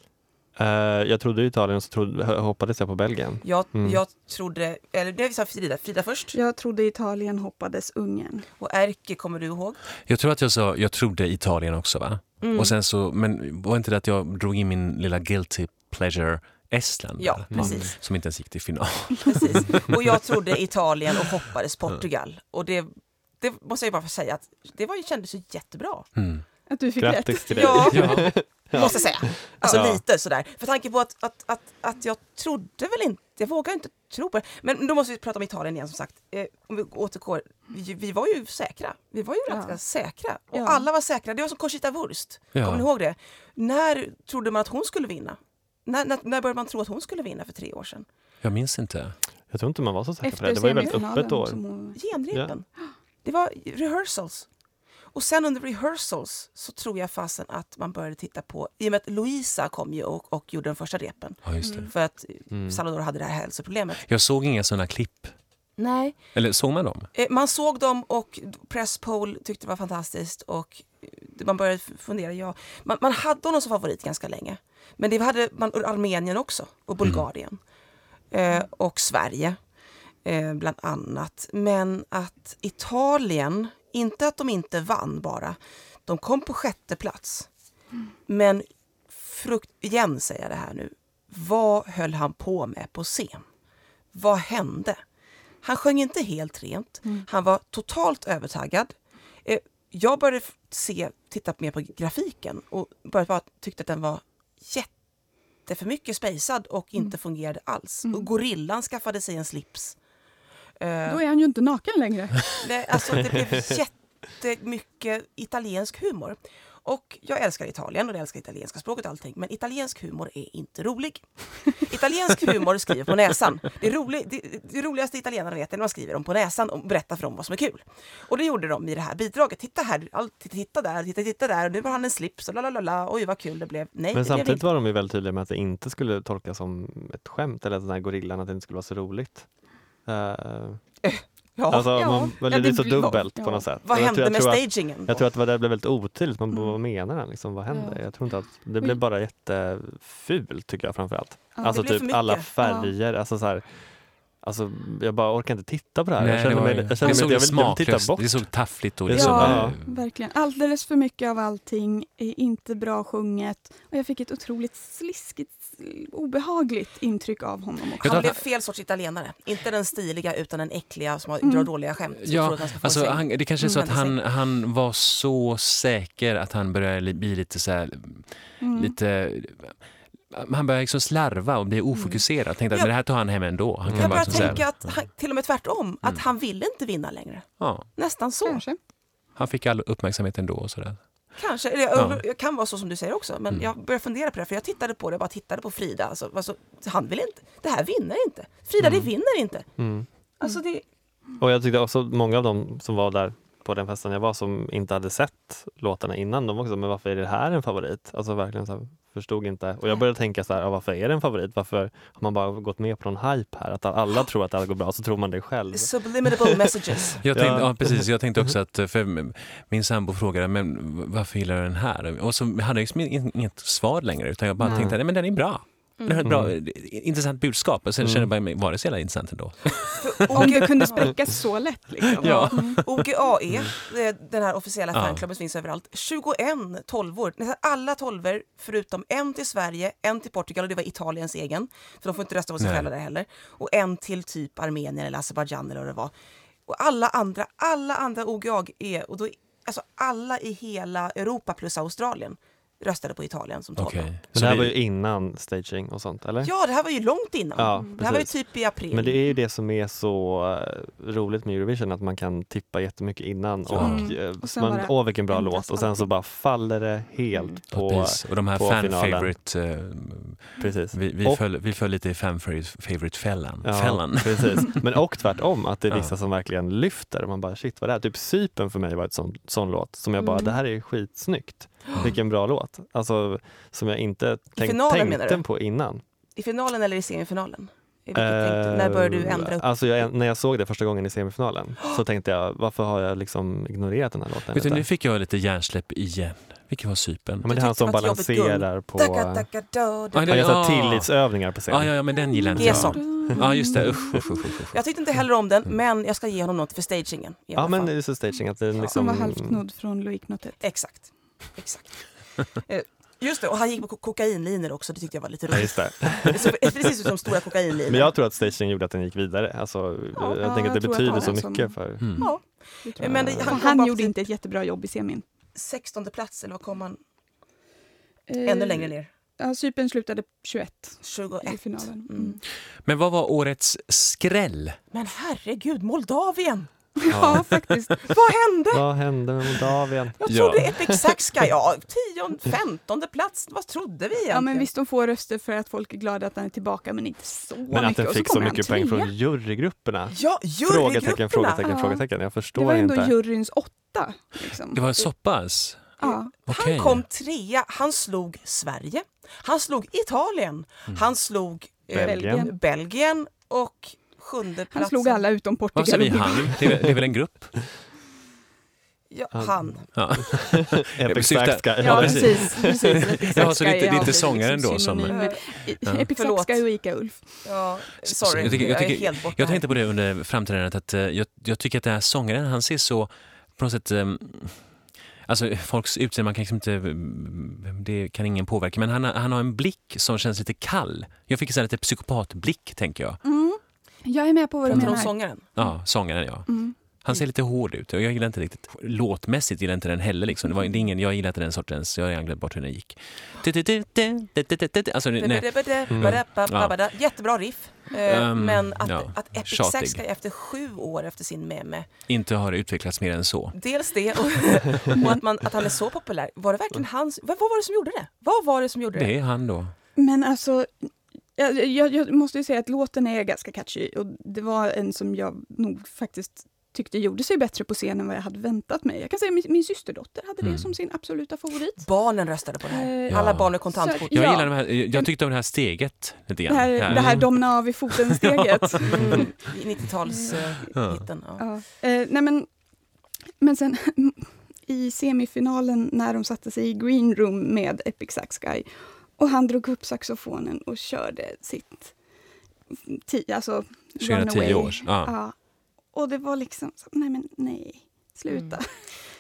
C: Eh, jag trodde Italien så trodde, hoppades jag på Belgien.
B: jag,
C: Mm.
B: jag trodde, eller det sa Frida, Frida först,
D: Jag trodde Italien hoppades Ungern.
B: och Erke kommer du ihåg?
A: Jag tror att jag sa, jag trodde Italien också va?
C: Mm.
A: Och sen så, men var inte det att jag drog in min lilla guilty pleasure Estland?
B: Ja,
A: va? Mm.
B: precis.
A: Som inte ens gick till final. (laughs)
B: Precis. Och jag trodde Italien och hoppades Portugal. Och det, det måste jag ju bara få säga att det var, ju- kändes ju jättebra.
A: Mm.
D: Att du fick rätt.
C: Grattis till dig.
B: Ja.
C: (laughs)
A: Ja.
B: Måste jag säga. Alltså
C: Ja.
B: lite sådär. För tanke på att, att, att, att jag trodde väl inte, jag vågar inte tro på det. Men då måste vi prata om Italien igen som sagt. Eh, om vi återgår, vi, vi var ju säkra. Vi var ju
D: Ja.
B: ganska säkra. Och
D: Ja.
B: alla var säkra. Det var som Conchita Wurst.
A: Ja.
B: Kommer ni ihåg det? När trodde man att hon skulle vinna? När, när, när började man tro att hon skulle vinna för tre år sedan?
A: Jag minns inte.
C: Jag tror inte man var så säker på det.
D: Efter
C: Det var ju väldigt
D: semifinalen.
C: öppet år.
D: som hon-
B: Genrepen. Det var rehearsals. Och sen under rehearsals så tror jag fasen att man började titta på, i och med att Louisa kom ju och, och gjorde den första repen.
A: Ja, just
C: Mm.
A: det.
B: För att Salvador hade det här hälsoproblemet.
A: Jag såg inga sådana klipp.
B: Nej.
A: Eller såg man dem?
B: Eh, Man såg dem och Press Poll tyckte det var fantastiskt och eh, man började f- fundera. Ja, man, man hade honom som favorit ganska länge. Men det hade man ur Armenien också och Bulgarien. Eh, och Sverige eh, bland annat. Men att Italien, inte att de inte vann bara. De kom på sjätte plats. Men frukt, igen säger jag det här nu. Vad höll han på med på scen? Vad hände? Han sjöng inte helt rent. Han var totalt övertaggad. Eh, Jag började f- se, titta mer på grafiken och började bara tyckte att den var jätteför mycket spejsad och inte fungerade alls. Och gorillan skaffade sig en slips. Eh,
D: Då är han ju inte naken längre.
B: det, alltså, det blev jättemycket italiensk humor. Och jag älskar Italien och jag älskar italienska språket och allting. Men italiensk humor är inte rolig. Italiensk humor skriver på näsan. Det, roli, det, det roligaste italienarna vet är när man skriver dem på näsan och berättar för dem vad som är kul. Och det gjorde de i det här bidraget. Titta här, all, titta, titta där, titta, titta där. Och nu har han en slips och la la la la. Oj vad kul det blev. Nej,
C: Men
B: det blev
C: samtidigt
B: Eh, inte.
C: var de ju väldigt tydliga med att det inte skulle tolkas som ett skämt eller att den här gorillan, att det inte skulle vara så roligt. Eh,
B: (laughs) Ja.
C: alltså
D: ja.
C: man
D: Ja,
C: väl, det
D: det
C: blir så
D: blir-
C: dubbelt
D: ja.
C: på något sätt.
B: vad
C: Och jag
B: hände
C: tror, jag
B: med
C: tror att-
B: stagingen? då?
C: Jag tror att det var- det blev väldigt otydligt, man, bara,
D: Mm.
C: vad menar han liksom, vad hände?
D: Ja.
C: Jag tror inte att, det blev bara jättefult tycker jag framförallt.
D: Ja,
C: alltså
B: Mm. det blev för
C: typ alla
B: mycket.
C: färger, alltså så här, Alltså, jag bara orkar inte titta på det här.
A: Nej,
C: jag känner mig,
A: det,
C: jag känner mig
A: såg
C: jag vill, jag vill titta
A: smaklöst-
C: bort.
A: det såg taffligt och
C: Ja.
A: liksom,
C: Ja.
A: eh,
D: Verkligen. Alldeles för mycket av allting är inte bra sjunget. Och jag fick ett otroligt sliskigt, obehagligt intryck av
B: (laughs)
D: honom också.
A: Jag
B: Han
A: tror
B: blev
A: att-
B: fel sorts italienare. Inte den stiliga utan den äckliga som har-
D: Mm.
B: drar dåliga skämt. som tror
A: Ja,
B: att han ska få
A: alltså,
B: en säng.
A: han, det kanske är så att
B: Mm.
A: han, han var så säker att han började li- bli lite så här,
D: Mm.
A: lite han började liksom slarva och bli ofokuserad. Tänkte att
B: Ja.
A: men det här tar han hem ändå. Han kan
B: jag
A: bara
B: börjar
A: liksom så här,
B: tänka att han, till och med tvärtom, att
A: Mm.
B: han ville inte vinna längre.
A: ja,
B: Nästan så. Kanske.
D: Kanske.
A: han fick all uppmärksamhet ändå. Och så där.
B: Eller jag,
A: Ja.
B: jag kan vara så som du säger också, men
A: Mm.
B: jag börjar fundera på det. För jag tittade på det, jag bara tittade på Frida. Alltså, alltså, han vill inte. Det här vinner inte. Frida, det vinner inte.
C: Mm.
B: Alltså, det,
C: Och jag tyckte också att många av dem som var där på den festen jag var som inte hade sett låtarna innan, de var också men varför är det här en favorit? Alltså verkligen så här, förstod inte. Och jag började tänka så här, ja, varför är det en favorit? Varför har man bara gått med på någon hype här? Att alla tror att det här går bra, så tror man det själv.
B: subliminal messages.
A: Jag tänkte,
C: Ja.
A: ja. precis, jag tänkte
C: (laughs)
A: också att, för min sambo frågade men varför gillar du den här? Och så hade jag liksom in- inget svar längre utan jag bara
C: Nej.
A: tänkte nej men den är bra. Den har ett bra,
C: Mm.
A: intressant budskap. Och sen
C: Mm.
A: kände jag bara, men var det så jävla intressant ändå?
D: Om det kunde spräckas så lätt. Liksom.
A: Ja.
D: Mm.
B: (laughs) OGAE,
C: Mm.
B: eh, den här officiella
A: Ja.
B: fanklubben som finns överallt, 21 tolvor. Nästan alla tolvor förutom en till Sverige, en till Portugal och det var Italiens egen, för de får inte rösta på sig
A: Nej.
B: själva där heller, och en till typ Armenien eller Azerbajdzjan eller vad det var. Och alla andra, alla andra OGAE, och då, alltså alla i hela Europa plus Australien röstade på Italien som tolva.
A: (laughs) Okej.
C: Men
A: Så
C: det här
A: vi-
C: var ju innan staging och sånt, eller?
B: Ja, det här var ju långt innan.
C: Ja,
B: det här var ju
C: precis.
B: typ i april.
C: Men det är ju det som är så eh, roligt med Eurovision, att man kan tippa jättemycket innan och,
D: Mm.
C: eh,
D: Och sen
C: man,
D: bara
C: åh vilken bra
D: ändras
C: låt och sen så bara faller det helt
A: Ja,
C: Mm. på,
A: precis. Och de här
C: på
A: fan
C: finalen.
A: favorite, eh,
C: precis.
A: vi, vi,
C: Och-
A: föll, vi föll lite i fan favorite fällan.
C: Ja, (laughs)
A: fällan. (laughs)
C: precis. Men och tvärtom, att det är
A: Ja.
C: vissa som verkligen lyfter. Man bara shit vad det här. Typ Sypen för mig var ett sån, sån låt som jag bara,
D: Mm.
C: det här
B: (gasps)
C: är skitsnyggt. Vilken bra låt. Alltså som jag inte tänk,
B: finalen, menar
C: tänkte
B: du?
C: på innan.
B: I finalen eller i semifinalen? I vilket tänkte, när började du ändra
C: Eh,
B: upp?
C: Alltså jag, när jag såg det första gången i semifinalen
B: (gasps)
C: så tänkte jag, varför har jag liksom ignorerat den här låten?
A: Vet du,
C: lite?
A: nu fick jag lite hjärnsläpp igen. Vilken var sypen?
C: ja, men det
B: Du
C: är han
B: tyckte
C: som
B: det var ett jobbigt
C: balanserar på...
B: Tacka, tacka, dö, dö.
A: Ja, det-
C: Han gör så här
A: ja.
C: tillitsövningar på scen.
A: Ah, Ja, ja, ja, men den gillar inte
B: Det är
A: jag.
B: sånt.
A: Ja, just det. Usch, usch, usch, usch.
B: Jag tyckte inte heller om den, men jag ska ge honom något för stagingen. i alla
C: Mm. Ja, men det
B: fall.
C: är så staging att den
B: Som
C: liksom...
D: Som var halvt nodd från Loic Notet.
B: Exakt. Exakt. Eh, Just det, och han gick på ko- kokainlinor också, det tyckte jag var lite
C: Ja, (laughs)
B: roligt.
C: just det.
B: Det såg precis ut som stora kokainlinor.
C: Men jag tror att staging gjorde att den gick vidare. Alltså,
D: Ja,
C: jag tänker att
D: jag
C: det
D: tror att
C: betyder
D: det
C: så
D: var som-
C: mycket för...
A: Mm.
B: Ja,
D: Och
B: men det,
C: Och
B: han,
D: Han,
B: kom bara
D: gjorde
B: på
D: inte ett jättebra jobb i semin.
B: 16 plats, eller vad kom han?
D: Eh,
B: Ännu längre ner.
D: Ja, Cypern slutade 21 i
B: 21.
D: finalen.
B: Mm.
D: Mm.
A: Men vad var årets skräll?
B: Men herregud, Moldavien!
D: (laughs) Ja, faktiskt.
B: Vad hände?
C: Vad hände med Moldavien?
B: Jag
A: Ja.
B: trodde Epic Sax ska, ja, 10, 15 plats, vad trodde vi egentligen?
D: Ja, men visst, de får röster för att folk är glada att han är tillbaka, men inte så
C: Men att
D: mycket.
C: den
D: Och
C: fick så
D: kommer han
C: mycket poäng
D: trea.
C: från jurygrupperna.
B: Ja,
C: Frågetecken,
B: jurygrupperna!
C: frågetecken,
D: Ja.
C: frågetecken. Jag
D: Det
C: förstår
D: var ändå
C: inte.
D: juryns åtta. Liksom.
A: Det var så pass?
D: ja.
A: Okej.
B: Han kom trea. Han slog Sverige. Han slog Italien.
C: Mm.
B: Han slog eh,
C: Belgien.
B: Belgien. Belgien och sjunde
D: Han
B: platsen.
D: slog alla utom
A: Varför säger
D: Portugal.
A: vi han? Det är, väl- det är väl en grupp?
B: Ja, han.
A: Ja.
C: (laughs) Epic
A: syftar-
C: Sax Guy.
D: Ja,
A: Ja,
D: precis.
A: (laughs)
D: precis.
A: Ja, så det är inte- det är inte
D: alltid
A: sångaren då som- eh,
D: synonymer. I-
A: Ja.
D: Epic
B: Förlåt.
D: Sax Guy och Ica Ulf.
B: Ja,
A: S-
B: sorry,
A: jag
B: jag,
A: tycker- jag
B: är
A: tycker-
B: helt borta.
A: Jag
B: här.
A: tänkte på det under framträdandet, att eh, jag, jag tycker att den här sångaren, han ser så på något sätt eh, Alltså folks utseende, man kan liksom inte, mm, det kan ingen påverka, men han, har- han har en blick som känns lite kall. Jag fick en sån här lite psykopatblick, tänker jag.
D: Mm. Jag är med på vad du
B: Pratar du om
D: menar.
B: sångaren?
A: Ja, sångaren ja.
D: Mm.
A: Han ser lite hård ut och jag gillar inte riktigt, låtmässigt gillar jag inte den heller liksom. Det var, det är ingen, jag gillar inte den sortens, jag har redan glömt bort hur den gick. Du, du, du, du, du, du, du, du. Alltså, nej.
B: Badabadabadabada. Jättebra riff. Eh,
A: Um,
B: men att,
A: ja,
B: att Epic
A: tjatig.
B: Sax Guy efter sju år efter sin meme,
A: inte har utvecklats mer än så.
B: dels det och, och att, man, att han är så populär. Var det verkligen hans... Vad, vad var det som gjorde det? Vad var det som gjorde det?
A: Det är han då.
D: Men alltså, jag, jag, jag måste ju säga att låten är ganska catchy och det var en som jag nog faktiskt tyckte gjorde sig bättre på scen än vad jag hade väntat mig. Jag kan säga min, min systerdotter hade det
A: Mm.
D: som sin absoluta favorit.
B: Barnen röstade på det här.
D: Eh,
A: Ja.
B: Alla barn med kontantkort.
D: Så-
A: Jag,
D: Ja.
A: gillar de här, jag tyckte om det här steget lite
D: Det
A: grann.
D: här,
A: Ja.
D: det här domna av
A: (laughs)
D: i foten-steget.
B: Mm, 90-talshitten. Ja.
D: Ja. Eh, nej men, men sen (laughs) i semifinalen när de satte sig i green room med Epic Sax Guy och han drog upp saxofonen och körde sitt ti, alltså
A: 2010
D: Runaway.
A: års. Ah, Ja.
B: Ah.
D: Ja. Och det var liksom, så, nej men nej, sluta.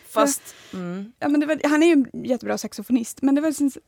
B: Fast, mm.
D: (laughs) Ja, men det var, han är ju en jättebra saxofonist, men det var liksom, så-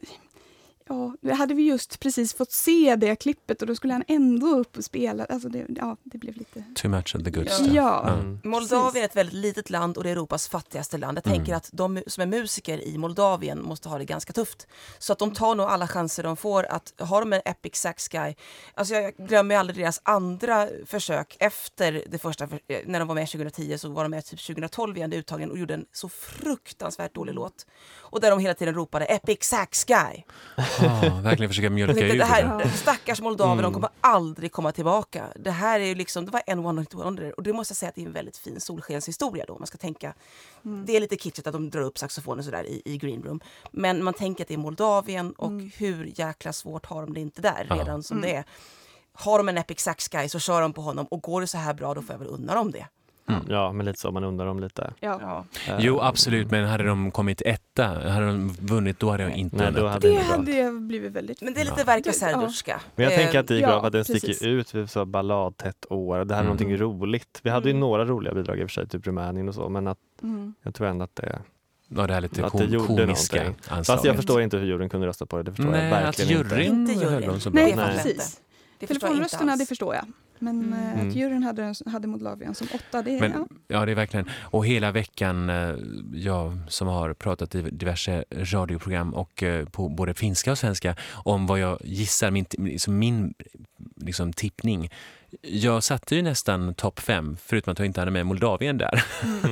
D: ja, det hade vi just precis fått se det klippet och då skulle han ändå upp och spela. Alltså det, ja, det blev lite...
A: Too much of the good
B: Ja.
A: stuff.
D: Ja.
C: Mm.
B: Moldavien är ett väldigt litet land och det är Europas fattigaste land. Jag tänker att de som är musiker i Moldavien måste ha det ganska tufft. Så att de tar nog alla chanser de får att ha de en epic sax guy. Alltså jag glömmer aldrig deras andra försök efter det första, för- eh, när de var med 2010 så var de med typ 2012 igen i uttagningen och gjorde en så fruktansvärt dålig låt. Och där de hela tiden ropade epic sax guy.
A: Ah,
B: (laughs)
A: verkligen försöka
B: Jag
A: mjölka
B: tänkte,
A: ur
B: det
A: det
B: här,
A: där.
B: Stackars moldaver, de kommer aldrig komma tillbaka. Det här är ju liksom, det var en one hit wonder. Och det måste jag säga att det är en väldigt fin solskenshistoria då. om Man ska tänka,
D: Mm.
B: det är lite kitschigt att de drar upp saxofonen sådär i, i green room. Men man tänker att det är Moldavien och
D: Mm.
B: hur jäkla svårt har de det inte där
A: Ja.
B: redan som det är. Har de en epic sax guy så kör de på honom och går det så här bra då får jag väl unna dem det.
C: Ja, men lite så. Man undrar om lite.
D: ja.
C: Eh,
A: Jo, absolut, men hade de kommit etta, hade de vunnit, då hade jag inte
C: Nej, då
A: vunnit.
C: hade
D: Det
C: inte gått.
D: hade jag blivit väldigt...
B: Men det är lite verka
D: Det- ja.
B: Serduska.
C: Men jag
B: Eh,
C: tänker att det gick
D: ja,
C: bra för att den
D: precis.
C: sticker ut. Vi sa balladtätt år. Det här
A: Mm.
C: är någonting roligt. Vi hade ju några roliga bidrag i och för sig, typ Rumänien och så, men att
D: Mm.
C: jag tror ändå att det...
A: Ja, det här lite
C: Att det
A: kom,
C: gjorde
A: komiska
C: någonting.
A: anslaget.
C: Fast jag förstår inte hur juryn kunde rösta på det. Det förstår
A: Nej,
C: jag
A: att
C: verkligen inte.
A: juryn
B: Inte juryn.
A: höll dem så bra.
D: Nej,
B: Nej.
D: precis.
B: det förstår jag inte
D: Telefonrösterna,
B: alls.
D: det förstår jag. Men
B: Mm.
D: eh,
C: Mm.
D: att juryn hade, den- hade Moldavien som åtta, det...
A: Men-
D: ja.
A: Ja, det är verkligen. Och hela veckan, eh, jag som har pratat i diverse radioprogram och eh, på både finska och svenska om vad jag gissar, min, liksom min liksom, tippning. Jag satte ju nästan topp fem, förutom att jag inte hade med Moldavien där.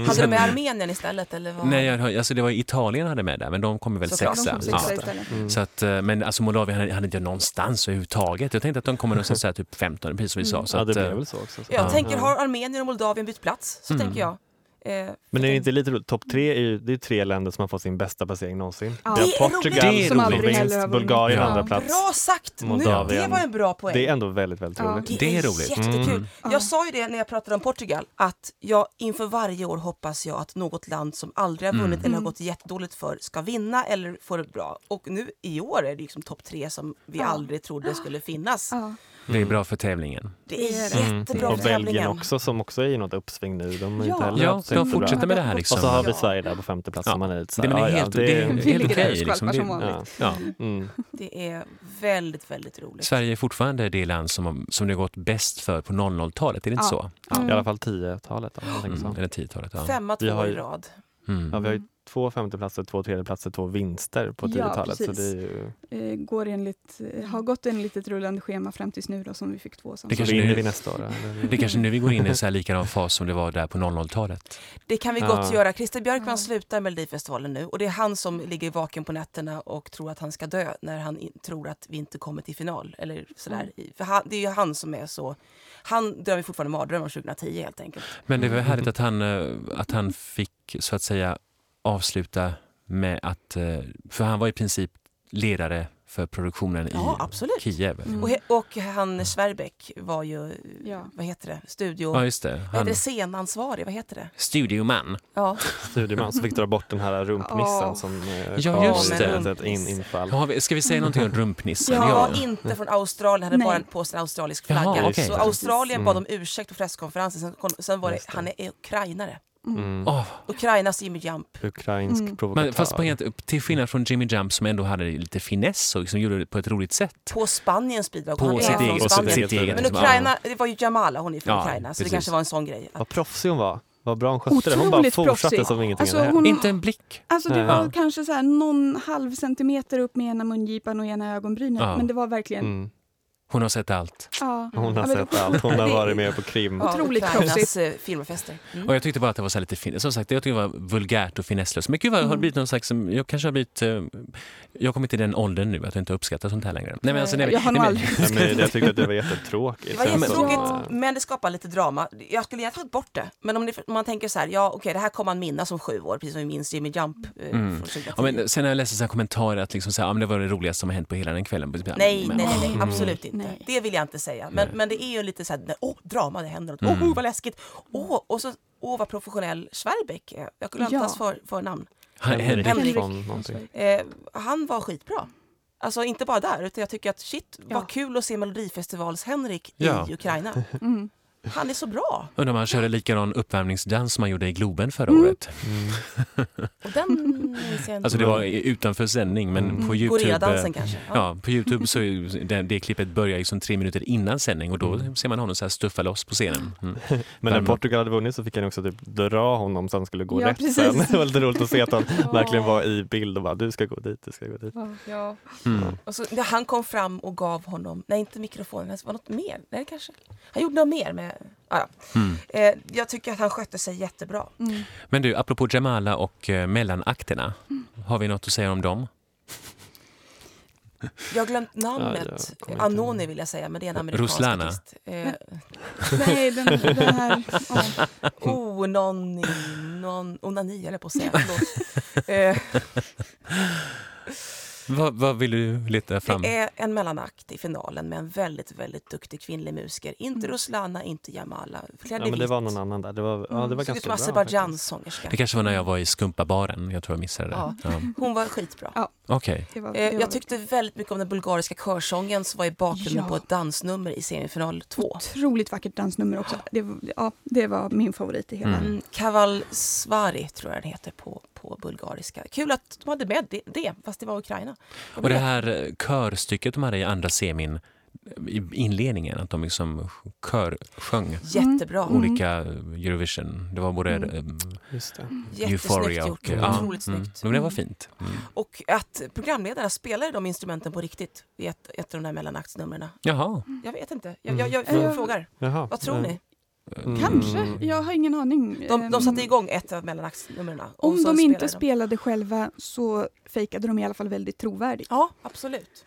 B: Hade de med Armenien istället? Eller vad?
A: (laughs) Nej, jag, alltså det var Italien jag hade med där, men de kommer väl
B: Såklart,
D: de
A: sexa.
D: kom
A: Ja.
D: sexa istället.
C: Mm.
A: Så att, eh, men alltså Moldavien hade, hade inte jag någonstans överhuvudtaget. Jag tänkte att de kommer någonstans så här, typ 15, precis som vi sa. Så
C: ja,
A: att,
C: det
A: eh,
C: blev väl så också. Så.
B: Jag
A: Ja.
B: tänker, har Armenien och Moldavien bytt plats? Så
A: Mm.
B: tänker jag. Eh,
C: Men är det inte lite roligt? Topp tre är ju det är ju tre länder som har fått sin bästa placering någonsin.
D: Ja.
C: Vi har
B: Det är roligt.
C: Portugal
A: Det är
C: som
A: roligt.
C: vinst,
D: Aldrig heller
C: Bulgarien
A: vunnit.
C: andra
D: Ja.
C: plats.
B: Bra sagt! Nu,
C: Moldavien.
B: det var en bra poäng.
C: Det är ändå väldigt, väldigt
D: Ja.
C: roligt.
A: Det är roligt.
B: Jättekul.
A: Mm.
D: Ja.
B: Jag sa ju det när jag pratade om Portugal, att jag inför varje år hoppas jag att något land som aldrig har vunnit eller har
D: Mm.
B: gått jättedåligt för ska vinna eller få det bra. Och nu i år är det liksom topp tre som vi
D: Ja.
B: aldrig trodde skulle finnas.
D: Ja.
A: Det är bra för tävlingen.
B: Det är
D: Mm.
B: jättebra
C: Och
B: för
C: Belgien
B: tävlingen.
C: också som också är i något uppsving nu. De har
D: Ja.
C: inte heller
A: Ja,
C: haft så
A: de
C: jättebra.
A: fortsätter med det här
C: Och
A: liksom.
C: så har vi
D: Ja.
C: Sverige där på femte plats
A: Ja.
C: som man är lite så
A: Det,
C: här,
A: men det är
C: ja, ja,
A: helt,
C: det
A: det är
D: Vi
A: helt
D: ligger där
A: okej.
D: och
A: Liksom.
D: skvalpar
A: Det,
D: som vanligt.
C: ja.
A: ja.
C: Mm.
B: Det är väldigt, väldigt roligt.
A: Sverige är fortfarande det land som, som det har gått bäst för på 00-talet, är det inte
D: Ja.
A: så?
D: Mm.
C: I alla fall 10-talet. om man tänker så.
A: Mm, eller 10-talet, ja.
B: Femma, två
C: Vi har
B: i
C: ju-
B: rad.
C: Ja,
A: Mm.
C: vi har ju två femteplatser, två tredjeplatser, två vinster på
D: Ja,
C: 10-talet. så det
D: precis.
C: är ju...
D: Eh, går enligt, eh, har gått enligt ett rullande schema fram tills nu då, som vi fick två
A: Det
D: samtidigt.
C: Så
A: kanske
C: vinner
A: nu-
C: vi nästa år. eller?
A: Det är kanske nu vi går in i en så här likadan fas som det var där på 00-talet.
B: Det kan vi
C: Ja.
B: gott göra. Christer Björkman
D: Ja.
B: slutar Melodifestivalen nu och det är han som ligger vaken på nätterna och tror att han ska dö när han in- tror att vi inte kommer till final. Eller sådär. För han, det är ju han som är så... Han drömmer fortfarande mardrömmar om 2010 helt enkelt.
A: Men det var härligt att han, eh, att han fick så att säga avsluta med att... eh, För han var i princip ledare för produktionen
B: Ja,
A: i
B: absolut.
A: Kiev.
D: Mm.
B: Och, he- och han Sverbeck var ju,
D: Ja.
B: vad heter det, studio...
A: Ja, just det.
B: Vad heter
A: Han,
B: det? Scenansvarig, vad heter det?
A: studioman.
B: Ja.
C: Studieman så fick dra bort den här rumpnissen
D: Ja.
C: som eh,
A: Ja,
C: kom
A: just
C: med
A: det.
C: ett in, infall.
A: Har vi- Ska vi säga någonting om rumpnissen?
B: Han var inte från Australien, hade
D: Nej.
B: bara på sig en australisk
A: Jaha,
B: flagga.
C: okej.
B: Så Australien
C: Mm.
B: bad om ursäkt på presskonferensen. Sen, kom, sen var det,
C: Just det.
B: han är ukrainare.
C: Mm.
A: Åh,
B: Ukrainas Jimmy Jump.
C: Ukrainsk
D: Mm.
C: provokatör.
A: Men fast på helt, till skillnad från Jimmy Jump som ändå hade lite finess och liksom gjorde det på ett roligt sätt.
B: på Spaniens bidrag.
A: På
B: han
A: sitt
B: är
A: eget-
B: från
A: på
B: Spanien.
A: sitt eget
B: Men
A: liksom,
B: Ukraina, det var ju Jamala, hon är från
A: Ja,
B: Ukraina, så
A: precis.
B: det kanske var en sån grej.
C: Vad proffsig hon var. Vad bra hon skötte det. Hon bara
D: Otroligt
C: fortsatte
D: proffsig.
C: som ingenting
D: Alltså,
C: hade hänt.
D: hon,
A: Inte en blick.
D: alltså det
C: Nej.
D: var
A: Ja.
D: kanske så här någon halv centimeter upp med ena mungipan och ena ögonbrynet,
A: Ja.
D: men det var verkligen...
C: Mm.
A: Hon har sett allt.
D: Ja.
C: Hon har
D: ja, men det-
C: sett allt. Hon har varit med på krim.
B: Ja,
D: Otroligt
B: Ukrainas,
D: proffsigt.
B: eh, filmfester. Mm.
A: Och jag tyckte bara att det var så här lite fin- som sagt, jag tyckte det var vulgärt och finesslöst. Men gud vad jag har
D: Mm.
A: blivit någon slags, jag kanske har blivit, eh, jag har kommit till den åldern nu att jag inte uppskattar sånt här längre. Nej, men alltså, nej,
D: Jag har
A: (laughs)
D: nog
A: nej, men-
D: aldrig...
C: Nej, men jag tyckte att det var jättetråkigt. Alltså, eh,
B: Det var
C: Sen så-
B: jättetråkigt,
D: Ja.
B: men det skapar lite drama. Jag skulle gärna tagit bort det, men om, ni, om man tänker så här, ja okej, det här kommer man minnas om sju år, precis som vi minns Jimmy Jump eh,
A: Mm.
B: från 2010.
A: Ja, men sen har jag läst så här kommentarer att liksom så här, ja, men det var det roligaste som har hänt på hela den kvällen. Men-
B: Nej, nej,
A: men-
B: nej, nej, absolut inte.
D: Nej.
B: Det vill jag inte säga. Men,
A: Nej.
B: men det är ju lite så här, åh, drama, det händer något. Åh,
A: Mm.
B: vad läskigt. Åh, och så, åh, vad professionell Schwerbeck är. Jag glömde
D: Ja.
B: hans för, förnamn.
A: Han- Henrik.
B: Henrik.
C: Från någonting.
B: Eh, han var skitbra. Alltså inte bara där, utan jag tycker att shit,
D: Ja.
B: vad kul att se Melodifestivals-Henrik
A: Ja.
B: i Ukraina.
D: Mm.
B: Han är så bra.
A: Undrar om han körde likadan uppvärmningsdans som han gjorde i Globen förra
D: Mm.
A: året.
E: Och den minns jag inte.
A: Alltså det var utanför sändning men
C: Mm.
A: på Youtube... eh,
B: Gorilla-dansen kanske. Ja.
A: Ja, på Youtube så är ju det, det klippet börjar liksom tre minuter innan sändning och då ser man honom så här stuffa loss på scenen. Mm.
C: Men när
A: Men-
C: Portugal hade vunnit så fick han också typ dra honom så han skulle gå
D: Ja,
C: rätt
D: precis.
C: sen. (laughs) Det var lite roligt att se att han
D: (laughs) Ja.
C: verkligen var i bild och bara du ska gå dit, du ska gå dit.
D: Ja.
A: Mm.
B: Och så, när han kom fram och gav honom, nej inte mikrofonen, det var något mer. Nej, kanske. Han gjorde något mer med... Ah, ja.
A: Mm.
B: eh, jag tycker att han skötte sig jättebra.
D: Mm.
A: Men du, apropå Jamala och eh, mellanakterna, har vi något att säga om dem?
B: Jag har glömt namnet.
C: Ja, jag kommer inte
B: Anoni
C: ihåg.
B: vill jag säga, men det är en amerikansk
A: Ruslana.
B: artist. Eh, (laughs)
D: Nej, den, den här... Ja.
B: oh, nonni, non, onani höll jag på att säga. Förlåt. Eh,
A: Vad, vad vill du leta fram?
B: det är en mellanakt i finalen med en väldigt, väldigt duktig kvinnlig musiker. Inte Ruslana, inte Jamala.
C: Mm. Ja,
B: Klädd i
C: men det
B: vitt.
C: var någon annan där. Det var, ja,
D: Mm.
C: det var
B: Såg ut som
C: ganska bra. faktiskt.
B: Azerbajdzjansångerska.
A: Det kanske var när jag var i Skumpabaren, jag tror jag missade det.
B: Ja.
A: Ja.
B: Hon var skitbra.
A: Okej.
D: Det var, det
B: Eh,
D: var
B: jag tyckte väldigt mycket om den bulgariska körsången som var i bakgrunden
D: Ja.
B: på ett dansnummer i semifinal 2.
D: otroligt vackert dansnummer också. Det, var- ja, det var min favorit i hela.
A: Mm.
B: Mm, Kavalsvari tror jag den heter på, på bulgariska. Kul att de hade med det, det fast det var Ukraina. Jag
A: Och det
B: blev
A: här eh, körstycket de hade i andra semin, i inledningen, att de liksom körsjöng
B: Jättebra.
D: Mm.
A: olika Eurovision. Det var både
D: Mm.
A: mm.
C: Just det.
A: Euphoria
B: Jättesnyggt gjort.
A: och...
C: ja.
B: Otroligt
A: mm.
B: snyggt.
A: Men det var fint. Mm.
B: Och att programledarna spelade de instrumenten på riktigt i ett, ett av de där mellanaktsnumren.
A: Jaha.
B: Jag vet inte. Jag,
C: Mm.
B: jag, jag,
D: Mm.
B: frågar.
C: Jaha.
B: Vad tror
C: Ja.
B: ni?
C: Mm.
D: Kanske, jag har ingen aning.
B: De, de satte
D: Ehm,
B: igång ett av mellanaktsnumren. och
D: Om
B: så
D: de inte
B: de.
D: spelade själva så fejkade de i alla fall väldigt trovärdigt.
B: Ja, absolut.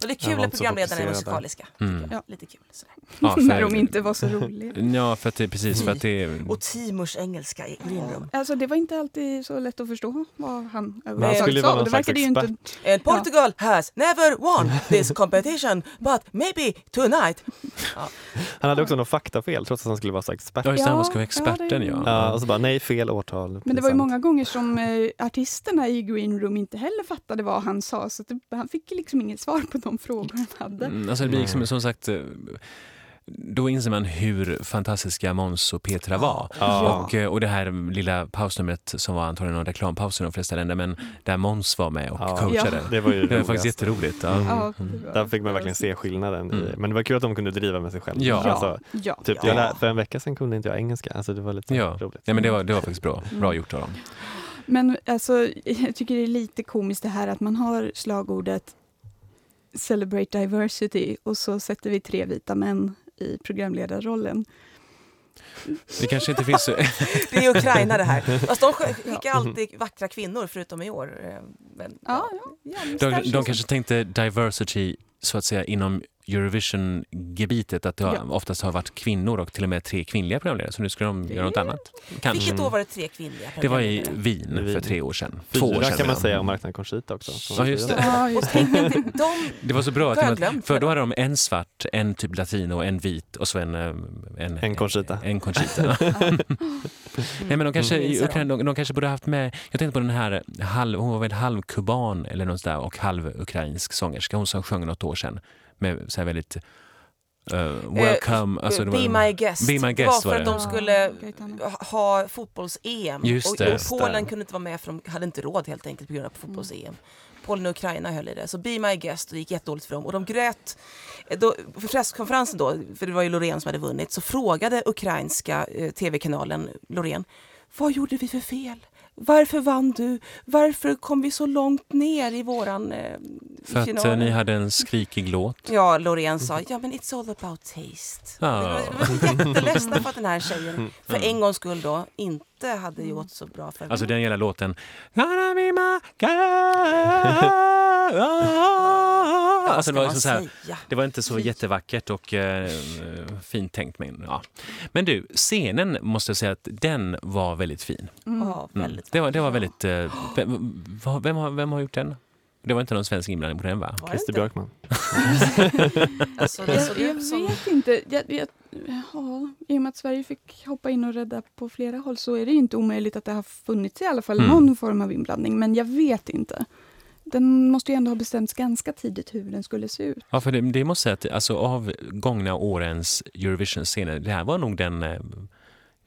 B: Och det är
C: Jag
B: kul att
C: var inte så
B: programledarna är
C: fokuserad där.
B: musikaliska.
A: Mm.
D: Ja.
B: Lite kul. Sådär.
A: Ja,
D: (laughs) När
A: för,
D: de inte var Mm. så roliga.
C: (laughs)
A: ja, för att det, precis. För att det,
B: Och Timurs engelska i Lindrum.
D: Alltså det var inte alltid så lätt att förstå vad han
C: han
D: överhuvudtaget
C: skulle ju vara
D: sa.
C: någon
D: och Det
C: slags
D: verkade ju inte...
C: expert.
B: And Portugal has never won this competition, but maybe tonight.
C: Han hade också någon faktafel trots att han skulle vara så expert.
A: ja, just det, han
D: Ja,
A: ska vara
D: ja,
A: experten,
D: det-
A: ja.
C: Ja, och så bara nej, fel årtal.
D: Men det var ju
C: Pinsamt.
D: många gånger som eh, artisterna i Green Room inte heller fattade vad han sa, så att det, han fick liksom inget svar på de frågor han hade.
A: Mm, Alltså det blir liksom,
C: Nej.
A: som sagt, eh, då inser man hur fantastiska Måns och Petra var.
C: Ja.
A: Och, eh, och det här lilla pausnumret som var antagligen någon reklampaus i de flesta länder, men där Måns var med och
C: Ja.
A: coachade.
C: Det var ju
A: Det var
C: roligast.
A: faktiskt jätteroligt. Ja.
C: Mm.
D: Ja, det var-
C: Där fick man verkligen se skillnaden. I,
A: Mm.
C: men det var kul att de kunde driva med sig själva.
A: Ja.
C: Alltså,
D: Ja.
C: typ,
B: Ja.
C: jag lär, för en vecka sedan kunde inte jag engelska. Alltså, det var lite
A: Ja.
C: roligt.
A: Nej, men det, var, det var faktiskt bra.
D: Mm.
A: Bra gjort av dem.
D: Men alltså, (laughs) jag tycker det är lite komiskt det här att man har slagordet Celebrate Diversity och så sätter vi tre vita män i programledarrollen.
A: Det kanske inte finns... så-
B: Det är Ukraina det här.
A: (laughs)
B: Fast de sk- skickar alltid vackra kvinnor, förutom i år. Eh, Men,
D: Ja,
A: De, de kanske tänkte diversity så att säga inom Eurovision-gebitet att det har,
D: Ja.
A: oftast har varit kvinnor och till och med tre kvinnliga programledare så nu skulle de göra något annat. Kanske.
B: Vilket år var det tre kvinnliga?
A: Mm. Det var i
C: I
A: Wien för
C: Wien.
A: tre år sedan.
C: Fyra
A: Två år sedan
C: kan man
A: redan.
C: säga om marknaden Conchita också. som
A: Ja,
C: var
A: just
C: fyra.
A: det.
D: Ja,
B: Och
D: just det.
B: tänk att det- de...
A: Det var så bra,
B: Har jag
A: att de,
B: glömt
A: för
B: redan?
A: då hade de en svart, en typ latino, en vit och så en... eh, En,
C: En Conchita.
B: (laughs)
A: En Conchita. Nej, men de kanske,
B: Mm.
A: i Ukraina, de, de kanske borde haft med... Jag tänkte på den här, halv, hon var väl halvkuban eller något sådär och halvukrainsk sångerska, hon som sjöng något år sedan med så här väldigt... eh, welcome... (laughs) alltså, det var-
B: Be my guest.
A: Be my
B: det
A: guest
B: var för
A: var
B: att
A: det.
B: de skulle
D: Gaetano.
B: ha fotbolls-EM.
A: Just
B: och,
A: det.
B: och Polen kunde inte vara med för de hade inte råd helt enkelt på grund
D: Mm.
B: av fotbolls-EM. Polen och Ukraina höll i det. Så Be My Guest och det gick jättedåligt för dem. Och de grät, eh, då, för presskonferensen då, för det var ju Loreen som hade vunnit, så frågade ukrainska eh, tv-kanalen Loreen, vad gjorde vi för fel? Varför vann du? Varför kom vi så långt ner i våran eh,
A: För att eh,
B: final?
A: ni hade en skrikig låt.
B: Ja, Loreen sa, ja men it's all about taste.
A: Ja.
B: Oh. Vi var jätteledsna för att den här tjejen, för en gångs skull då, inte hade gjort så bra för
A: Alltså
B: det...
A: den hela låten...
B: (laughs)
A: Alltså det var så här... Det var inte så jättevackert och eh, fint tänkt. Men, ja. men du, scenen måste jag säga att den var väldigt fin.
B: Ja,
A: Mm.
B: väldigt.
A: Det var, det var väldigt... Eh, vem, va- vem, har, vem har gjort den? Det var inte någon svensk inblandning på den va?
B: Var det
C: Christer
B: inte?
C: Björkman.
B: Alltså, det såg
D: Jag, jag
B: ut som...
D: vet inte. Jag, jag, ja, I och med att Sverige fick hoppa in och rädda på flera håll så är det ju inte omöjligt att det har funnits i alla fall
A: Mm.
D: någon form av inblandning, men jag vet inte. Den måste ju ändå ha bestämts ganska tidigt hur den skulle se ut.
A: Ja, för det, det måste jag säga att alltså, av gångna årens Eurovision-scener, det här var nog den eh,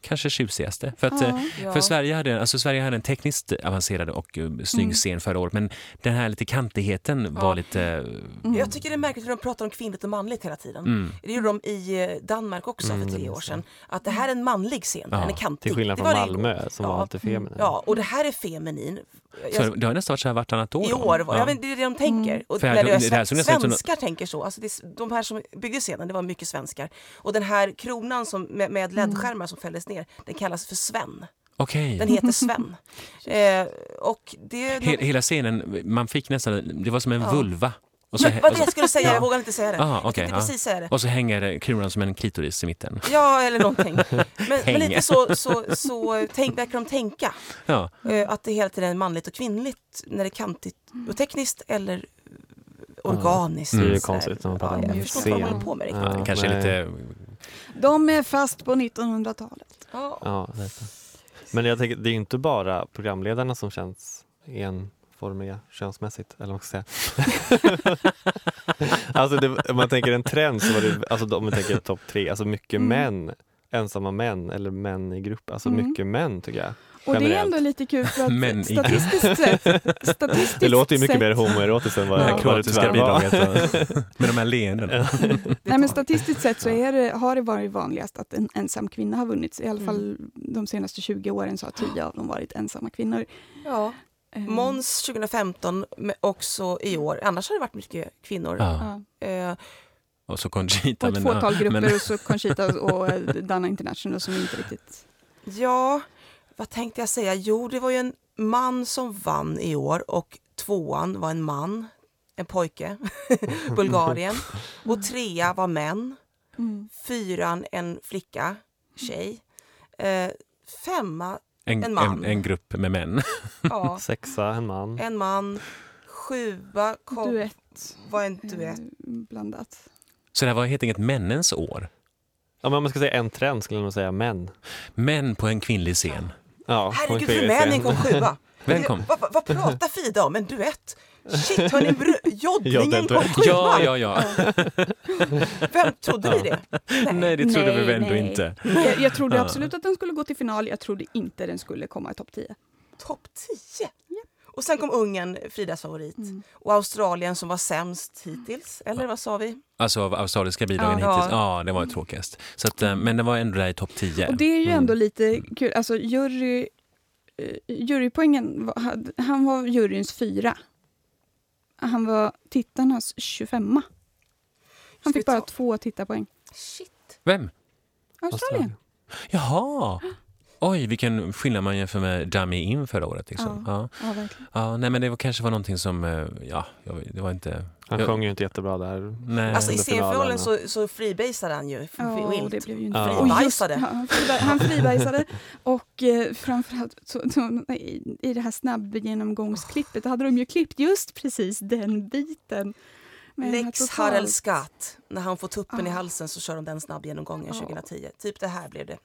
A: kanske tjusigaste. För, att, eh,
D: Ja.
E: Ja.
A: för Sverige, hade, alltså, Sverige hade en tekniskt avancerad och eh, snygg
D: Mm.
A: scen förra året, men den här lite kantigheten var lite... eh,
D: Mm.
B: Jag tycker det är märkligt hur de pratar om kvinnligt och manligt hela tiden.
A: Mm.
B: Det gjorde de i eh, Danmark också
C: Mm,
B: för
C: det
B: tre
C: minns
B: år
C: jag.
B: sedan. Att det här är en manlig scen,
A: Ja,
B: den är kantig.
C: Till skillnad
B: Det
C: från
B: var det igår.
C: Malmö som var
B: Ja.
C: alltid feminin.
B: Ja, och det här är feminin. Jag-
A: Så det har nästan varit så här vartannat år.
B: I
A: då.
B: år var
A: Ja. Mm.
B: ja. men det. är det de tänker. Och
A: För
B: när
A: jag-
B: det är
A: det här såg nästan ut
B: svenskar
A: som-
B: tänker så. Alltså det, är- de här som byggde scenen, det var mycket svenskar. Och den här kronan som, med,
A: Mm.
B: med ledskärmar som fälldes ner, den kallas för Sven.
A: Okej.
B: Den heter
A: (laughs)
B: Sven. eh, och det... är
A: He-
B: nog-
A: Hela scenen, man fick nästan, det var som en
B: Ja.
A: vulva. Och
B: Det var det jag
A: och,
B: skulle säga,
A: (laughs) Ja.
B: jag vågar inte säga det.
A: Aha,
B: jag
A: okej,
B: tänkte
A: ja.
B: precis säga det.
A: så, och så hänger kronan som en klitoris i mitten.
B: Ja, eller
A: (laughs)
B: någonting. Men, men
A: Häng.
B: lite så, så, så tänk, verkar de tänka.
A: Ja.
B: Eh, Att det hela tiden är manligt och kvinnligt när det är kantigt
A: Mm.
B: och tekniskt eller organiskt.
C: Mm, Det är ju
B: sådär.
C: konstigt när man pratar
B: ja,
C: om
B: Jag förstår inte vad de
C: scen.
B: håller på med riktigt.
A: Ja,
C: Ja,
A: kanske
C: nej.
A: lite...
D: De är fast på 1900-talet.
B: Ja.
C: Ja, lite. Men jag tänker, det är ju inte bara programledarna som känns enformiga könsmässigt, eller vad man ska säga. (laughs) alltså det, om man tänker en trend så var det, alltså om man tänker topp tre, alltså mycket
D: Mm.
C: män, ensamma män eller män i grupp, alltså
D: Mm.
C: mycket män tycker jag.
D: Och det är
C: Generellt.
D: ändå lite kul för
A: (laughs) Men i (laughs)
D: att statistiskt sett... Statistiskt
C: Det låter ju mycket
D: sett,
C: mer homoerotiskt än vad,
A: Det
D: Ja.
A: här
C: vad det
A: kroatiska
C: tyvärr var.
A: bidraget. och- (laughs) Med de här leendena.
C: (laughs)
D: Nej, men statistiskt sett så är det, har det varit vanligast att en ensam kvinna har vunnit. I alla fall de senaste 20 åren så har 10 av dem varit ensamma kvinnor.
B: Ja.
D: Eh,
B: Måns 2015 men också i år. Annars har det varit mycket kvinnor.
A: Ja.
D: ja.
B: Eh,
A: Och så Conchita.
D: Och ett
A: men-
D: fåtal
A: ja,
D: grupper
A: men-
D: och så Conchita och eh, Dana International som inte riktigt...
B: ja, vad tänkte jag säga? Jo, det var ju en man som vann i år och tvåan var en man, en pojke, (laughs) Bulgarien. Och trea var män.
D: Mm.
B: Fyran en flicka, tjej. Eh, femma,
A: En,
B: en
A: en,
B: man.
A: en, grupp med män.
B: ja,
C: Sexa, en man.
B: en man. Sjua kom,
D: Duett.
B: var en duett.
D: eh, Blandat.
A: Så det här var helt enkelt männens år.
C: Ja, men om man ska säga en trend skulle man säga män.
A: Män på en kvinnlig scen.
C: Ja,
B: Herregud,
C: får vi se.
B: Rumänien kom sjua.
A: Vem kom?
B: Vad, vad, vad pratar Frida om? En duett? Shit, hörni,
A: (laughs)
B: br- joddningen kom
C: duetten.
B: sjua!
A: Ja, ja, ja.
B: Vem trodde ni det?
A: Nej, det trodde vi
D: Nej,
A: väl ändå
D: nej.
A: inte.
D: Jag, jag trodde
A: Ja.
D: absolut att den skulle gå till final. Jag trodde inte den skulle komma i topp 10.
B: Topp 10! Och sen kom Ungern, Fridas favorit.
D: Mm.
B: Och Australien som var sämst hittills, eller vad sa vi?
A: Alltså av australiska bidragen
B: Ja.
A: hittills. Ja, det var ju tråkigast. Så att, eh, men den var ändå där i topp 10.
D: Och det är ju ändå lite kul. Alltså jury, eh, jurypoängen, var- hade- han var juryns fyra. Han var tittarnas 25 Han
B: Ska vi
D: fick bara
B: ta-
D: två tittarpoäng.
B: Shit!
A: Vem?
C: Alltså,
D: Australien.
A: Jaha! Oj, vilken skillnad man jämför med Dummy In förra året. Liksom. Ja.
D: Ja, verkligen.
A: Ja, nej, men det var, kanske var någonting som... eh, Ja, jag vet- det var inte...
C: Han
A: Jag-
C: sjöng ju inte jättebra där.
A: Nej.
B: Alltså i
C: Under
B: semifinalen
C: finalen,
B: så, så freebasade han ju.
D: Ja, och
B: vilt.
D: det blev ju inte
C: Ja.
D: Och just-
B: Fribajsade.
D: ja, han friba- Han fribajsade. Och eh, framförallt så, så, i, i det här snabbgenomgångsklippet, då hade de ju klippt just precis den biten. Med den här
B: Lex
D: total-
B: Harald Skatt. När han får tuppen i
D: Ja.
B: halsen så kör de den snabb genomgången
D: Ja.
B: 2010. Typ det här blev det.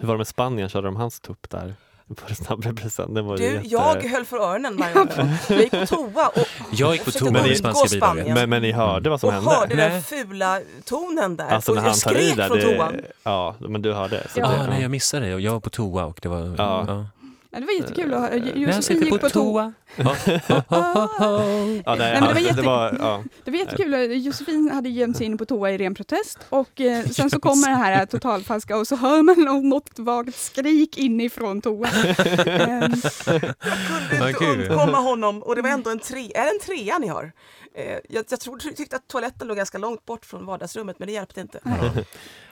C: Hur var det med Spanien? Körde de hans tupp där? På den snabbreprisen? Den var ju
B: Du,
C: jätte...
B: jag höll för öronen
D: (laughs)
B: varje gång. Jag gick på toa och,
A: Jag gick på
B: och försökte
A: toa med det
B: undgå
A: spanska bidraget.
B: Spanien.
C: men, men ni hörde vad som
B: och
C: hände?
B: hörde den
A: Nej.
B: fula tonen där.
C: Alltså
B: och
C: när
B: jag
C: han tar i
B: skrek
C: där,
B: från
C: det-
B: toan.
C: Ja, men du hörde. Så
D: Ja.
A: Ja,
C: det,
A: nej, jag missade det. Jag var på toa och det var...
C: Ja.
D: Ja, det var jättekul att höra. Ju-
A: När jag
D: Just,
A: Eh, sitter
D: gick
A: på,
D: på to-
A: toa. Ja. Ho, ho, ho, ho.
C: ja, nej,
D: Nej, men det var
C: han-
D: jätte-
C: (laughs) det var, ja.
D: Det var jättekul. Josefin hade gömt sig inne på toa i ren protest
C: (laughs)
D: och eh, sen så kommer det här totalfalska och så hör man nå- något vagt skrik
C: (laughs)
D: inifrån toan. Ehm,
B: kunde
A: Vad
B: inte
A: kul.
B: undkomma honom och det var ändå en tre, är det en trea ni har? Eh, jag jag tror, tyckte att toaletten låg ganska långt bort från vardagsrummet men det hjälpte inte.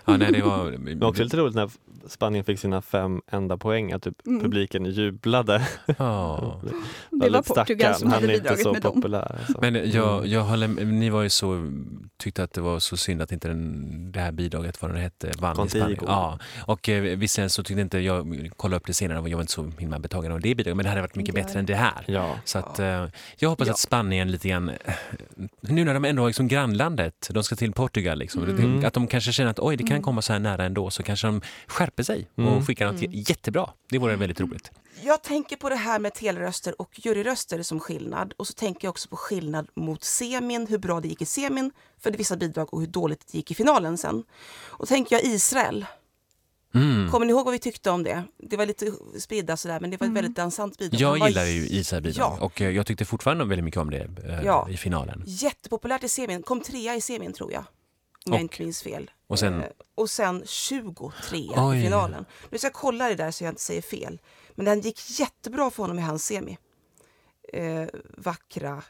A: Ja, nej, det var...
C: Men också lite roligt när Spanien fick sina fem enda poäng, att typ
D: Mm.
C: publiken jublade. (laughs)
A: Ja.
D: det var
C: Väldigt
D: Portugal som
C: stackarn,
D: hade
C: Han är inte
D: bidragit
C: så
D: med dem.
C: populär. Alltså.
A: Men jag,
C: Mm.
A: jag håller, ni var ju så, tyckte att det var så synd att inte den, det här bidraget, vad det hette, vann i
C: Contigo.
A: Spanien. Ja. Och eh, visserligen så tyckte inte jag, kolla upp det senare, och jag var inte så himla betagen av det bidraget, men det hade varit mycket
D: Ja.
A: bättre än det här.
C: Ja.
A: Så att, eh, jag hoppas
B: Ja.
A: att Spanien lite grann, eh, nu när de ändå har liksom grannlandet, de ska till Portugal, liksom,
C: Mm.
A: att de kanske känner att oj, det kan
D: Mm.
A: komma så här nära ändå, så kanske de skärper sig
C: Mm.
A: och skickar något
B: Mm.
A: jättebra. Det vore väldigt roligt.
B: jag tänker på det här med teleröster och juryröster som skillnad. Och så tänker jag också på skillnad mot semin, hur bra det gick i semin för vissa bidrag och hur dåligt det gick i finalen sen. Och tänker jag Israel.
A: Mm.
B: Kommer ni ihåg vad vi tyckte om det? Det var lite spridda sådär, men det var ett väldigt dansant bidrag.
A: Jag
B: Det var
A: gillade ju Israel-bidrag
B: Ja.
A: och eh, jag tyckte fortfarande väldigt mycket om det eh,
B: Ja.
A: i finalen.
B: Jättepopulärt i semin. Kom trea i semin tror jag. Om
A: Och-
B: jag inte minns fel.
A: Och sen,
B: Eh, Och sen 23
A: Oj.
B: i finalen. Nu ska jag kolla det där så jag inte säger fel. Men den gick jättebra för honom i hans semi. Eh, vackra.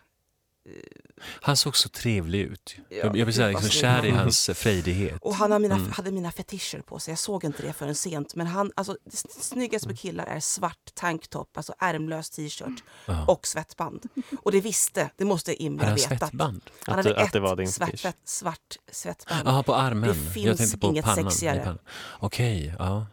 A: han såg så trevlig ut.
B: Ja,
A: jag, jag blev så här
B: gud, vad
A: liksom
B: snygg
A: kär i
B: han var.
A: hans eh, frejdighet.
B: Och han har mina,
C: Mm.
B: hade mina fetischer på sig. Jag såg inte det förrän sent. Men han, alltså, det s- snyggaste
C: Mm.
B: med killar är svart tanktopp, alltså ärmlös t-shirt
A: Ja.
B: och svettband. Och det visste, det måste Imre
A: Hade
B: ha
A: han
B: vetat.
A: svettband?
B: Han
C: Att
B: hade
C: det- att
B: ett
C: det var din
B: svart,
C: fetisch.
B: svett- svart svettband.
A: Jaha, på armen.
B: Det
A: jag
B: finns
A: tänkte på
B: inget
A: pannan. i
B: sexigare.
A: pannan. Okej, ja.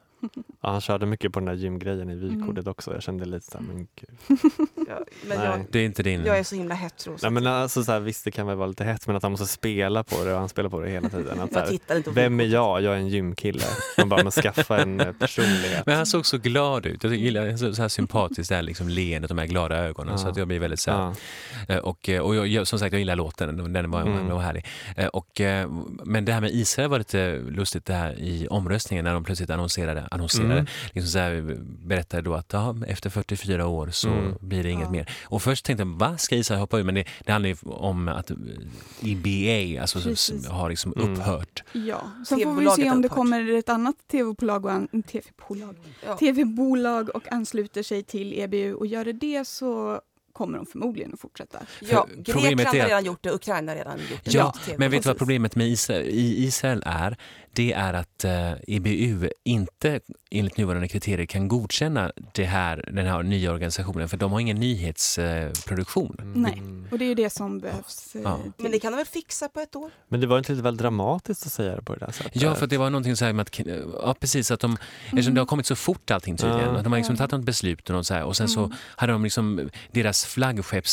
C: Ja, han körde mycket på den där gymgrejen
B: Mm.
C: i vykortet också. Jag kände lite så här, men gud.
B: Ja, Mm. men
C: Nej. Mm.
B: jag,
A: Det är inte din...
B: jag är så himla hetero. Så
C: Nej, men alltså, så här, visst, det kan väl vara lite hett, men att han måste spela på det och han spelar på det hela tiden. Att,
B: (laughs)
C: så
B: jag
C: här,
B: tittar inte på
C: vem är jag? Jag är en gymkille. Man bara, men skaffa en eh,
A: (laughs)
C: personlighet.
A: Men han såg så glad ut. Jag gillar så, så här sympatiskt det här liksom leendet, de här glada ögonen. Så
C: Ja.
A: att jag blir väldigt så här,
C: Ja.
A: Eh, Och, eh, och jag- jag, som sagt, jag gillar låten. Den den var,
C: Mm.
A: den var härlig. Eh, Och, eh, men det här med Israel var lite lustigt det här i omröstningen när de plötsligt annonserade, annonserade
C: Mm.
A: liksom så här, berättade då att ja, efter 44 år så
C: Mm.
A: blir det inget
D: Ja.
A: mer. Och först tänkte jag, va, ska Israel hoppa ur? Men det, det handlar ju om att eh, EBA alltså, som,
D: Precis.
A: som har liksom
C: Mm.
A: upphört.
D: Ja, sen får vi
B: TV-bolaget
D: se om det
B: upphört.
D: kommer ett annat tv-bolag och, an- TV-bolag.
B: Ja.
D: TV-bolag och ansluter sig till EBU och gör det det så kommer de förmodligen att fortsätta.
B: Ja,
A: För
B: Grekland
A: problemet
B: har
A: är att-
B: redan gjort det, Ukraina har redan gjort det.
A: Ja,
B: TV,
A: men vet du vad
B: precis.
A: problemet med Israel, i Israel är? Det är att eh, EBU inte enligt nuvarande kriterier kan godkänna det här, den här nya organisationen för de har ingen nyhetsproduktion.
D: Nej.
C: Mm.
D: Och det är ju det som behövs. eh,
A: Ja.
D: till-
B: Men det kan de väl fixa på ett år?
C: Men det var inte lite väl dramatiskt att säga det på det där sättet?
D: Eh.
A: Ja, för det var någonting så här med att, eh, ja precis, att de, eftersom det har kommit så fort allting tydligen,
C: Ja.
A: att de har liksom
D: Mm. Ja. Mm.
A: tagit något beslut och, något så här, och sen så hade de liksom, deras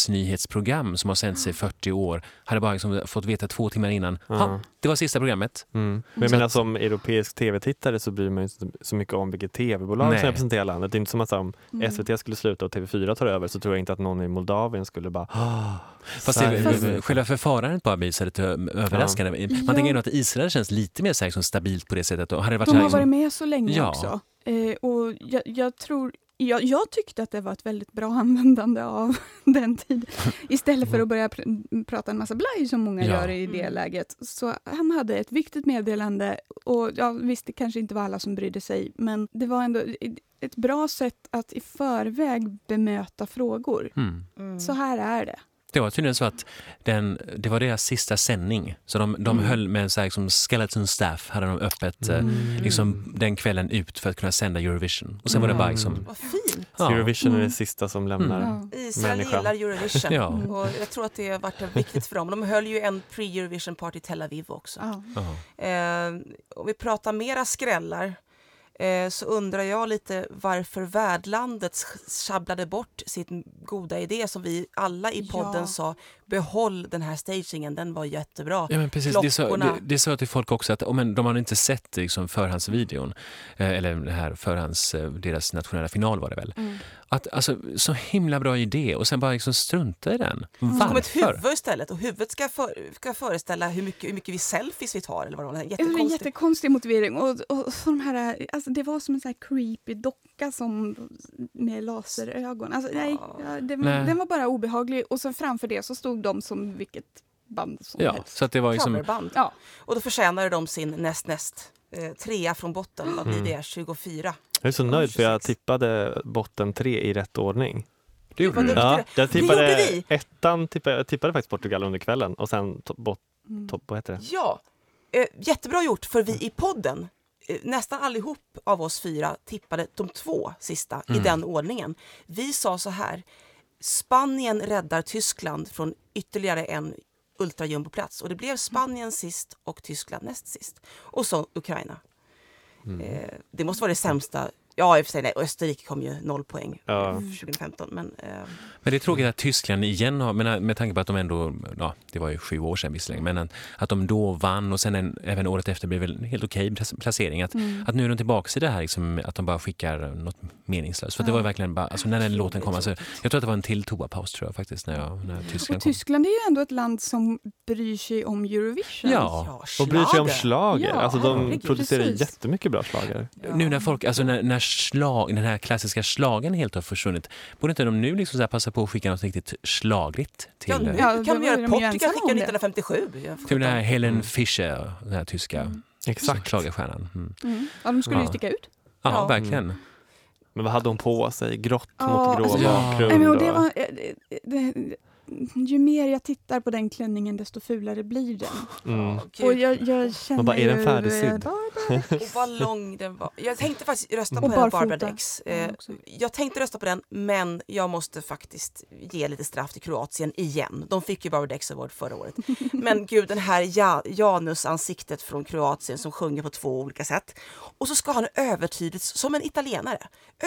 A: flaggskeppsnyhetsprogram som har sänts i 40 år, hade bara liksom fått veta två timmar innan,
C: Ja.
A: ha, det var sista programmet.
C: Mm. Men jag
A: Så
C: menar som europeisk tv-tittare så bryr man ju inte så mycket om vilket tv-bolag
A: Nej.
C: som representerar landet. Det är inte som att så, om
B: Mm.
C: SVT skulle sluta och TV4 tar över så tror jag inte att någon i Moldavien skulle bara "Ah,
A: Fast
C: Sverige."
A: det, själva förfarandet bara blir så lite ö- överraskande. Man
D: Ja.
A: tänker ändå att Israel känns lite mer så här, liksom, stabilt på det sättet. Och hade det varit
D: De
A: så
D: har
A: här,
D: varit
A: liksom,
D: med så länge
A: Ja.
D: också. Eh, och jag, jag tror... Jag, jag tyckte att det var ett väldigt bra (laughs) användande av (laughs) den tiden. Istället för att börja pr- prata en massa blaj som många
A: Ja.
D: gör i det
B: Mm.
D: läget. Så han hade ett viktigt meddelande och ja, visst, det kanske inte var alla som brydde sig, men det var ändå i- ett bra sätt att i förväg bemöta frågor.
A: mm.
D: Så här är det.
A: Det var tydligen så att den, det var deras sista sändning. Så de, de
D: Mm.
A: höll med så här, liksom, skeleton staff, hade de öppet eh,
C: Mm.
A: liksom, den kvällen ut för att kunna sända Eurovision. Och sen var det bara liksom,
B: Vad fint!
A: ja.
C: Eurovision är
D: Mm.
C: det sista som lämnar.
D: Ja.
B: Israel
C: Människa.
B: gillar Eurovision.
A: (laughs) Ja.
B: Och jag tror att det har varit viktigt för dem. De höll ju en pre-Eurovision-party i Tel Aviv också.
D: Ja.
A: ja.
B: Eh, om vi pratar mera skrällar eh, så undrar jag lite varför värdlandet sch- sjabblade bort sin goda idé som vi alla i podden
D: Ja.
B: sa behåll den här stagingen, den var jättebra.
A: Ja, men precis. Det sa,
B: Klockorna.
A: det, det sa jag till folk också, att oh, men, de hade inte sett liksom, förhandsvideon, eh, eller det här förhands, eh, deras nationella final var det väl. Att, alltså, så himla bra idé och sen bara liksom strunta i den.
B: Det kom ett
A: Varför?
B: huvud istället och huvudet ska, för, ska föreställa hur mycket, hur mycket vi selfies vi tar. Eller vad det var.
D: Det var en
B: Jättekonstigt.
D: jättekonstig motivering. Och, och så de här, alltså det var som en så här creepy docka som, med laserögon. Alltså, nej, ja, det,
A: Nej.
D: Den var bara obehaglig. Och sen framför det så stod de som vilket band som
A: Ja,
D: helst.
A: så att det var liksom...
B: Coverband.
D: Ja.
B: Och då förtjänade de sin näst näst eh, trea från botten. Vad blir
D: Mm.
B: det? 24.
C: Jag är så nöjd för jag
B: 26.
C: tippade botten tre i rätt ordning.
A: Det gjorde
D: Mm.
A: du.
B: Ja.
C: Ja, jag
B: Det
C: tippade
B: gjorde vi.
C: ettan, tippade, jag tippade faktiskt Portugal under kvällen och sen to, bot,
D: Mm.
C: topp, vad heter det?
B: Ja, eh, jättebra gjort för vi i podden eh, Nästan allihop av oss fyra tippade de två sista i den ordningen. Vi sa så här. Spanien räddar Tyskland från ytterligare en ultrajumboplats. Och det blev Spanien sist och Tyskland näst sist. Och så Ukraina. Eh, det måste vara det sämsta Ja, i och för sig, nej, Österrike kom ju noll poäng
C: Ja.
B: eh, 2015. Men, eh,
A: Men det är tråkigt att Tyskland igen har, men med tanke på att de ändå, ja, det var ju sju år sedan visserligen, men att- att de då vann och sen en, även året efter blev väl en helt okej plas- placering. Att, att nu är de tillbaka i det här liksom, att de bara skickar något meningslöst. För det var verkligen bara, alltså när den låten kom, alltså, jag tror att det var en till toapaus tror jag faktiskt när, jag, när
D: Och
A: Tyskland kom.
D: Tyskland är ju ändå ett land som bryr sig om Eurovision.
A: Ja,
C: Och bryr sig om
B: schlager.
C: schlager.
D: Ja,
C: alltså de
D: herregud,
C: producerar
D: precis.
C: jättemycket bra schlager.
B: Ja.
A: Nu när folk, alltså när, när slag, den här klassiska slagen helt har försvunnit, borde inte de nu liksom så här passa på att skicka något riktigt slagligt till,
B: Ja, nu
D: Ja, det
B: kan vi
D: var ju
B: göra
D: de
B: Portugal
D: ensamma om
B: skickade
D: det.
B: 1957. Jag får
A: till den här
B: inte-
A: Helen Fischer, den här tyska
C: Exakt.
A: schlagerstjärnan. Mm.
D: Mm. Ja, de skulle ju
A: Ja.
D: sticka ut.
A: Ja,
B: Ja.
A: verkligen.
C: Men vad hade hon på sig? Grått
D: Ja,
C: mot grå
D: alltså-
A: Ja.
C: bakgrund.
D: Nej, men och det
C: och-
D: var, eh, det, det, ju mer jag tittar på den klänningen desto fulare blir den.
C: Mm.
B: Gud.
D: Och jag, jag känner
C: Man bara, är den
D: ju,
C: färdigsydd?
D: eh, Barbara
B: Och vad lång den var. Jag tänkte faktiskt rösta på
D: Mm. Och
B: den här
D: barfota.
B: Barbara Dex. Eh,
D: också.
B: jag tänkte rösta på den, men jag måste faktiskt ge lite straff till Kroatien igen. De fick ju Barbara Dex Award förra året. (laughs) Men gud, den här ja, Janus-ansiktet från Kroatien som sjunger på två olika sätt. Och så ska han övertydligt, som en italienare,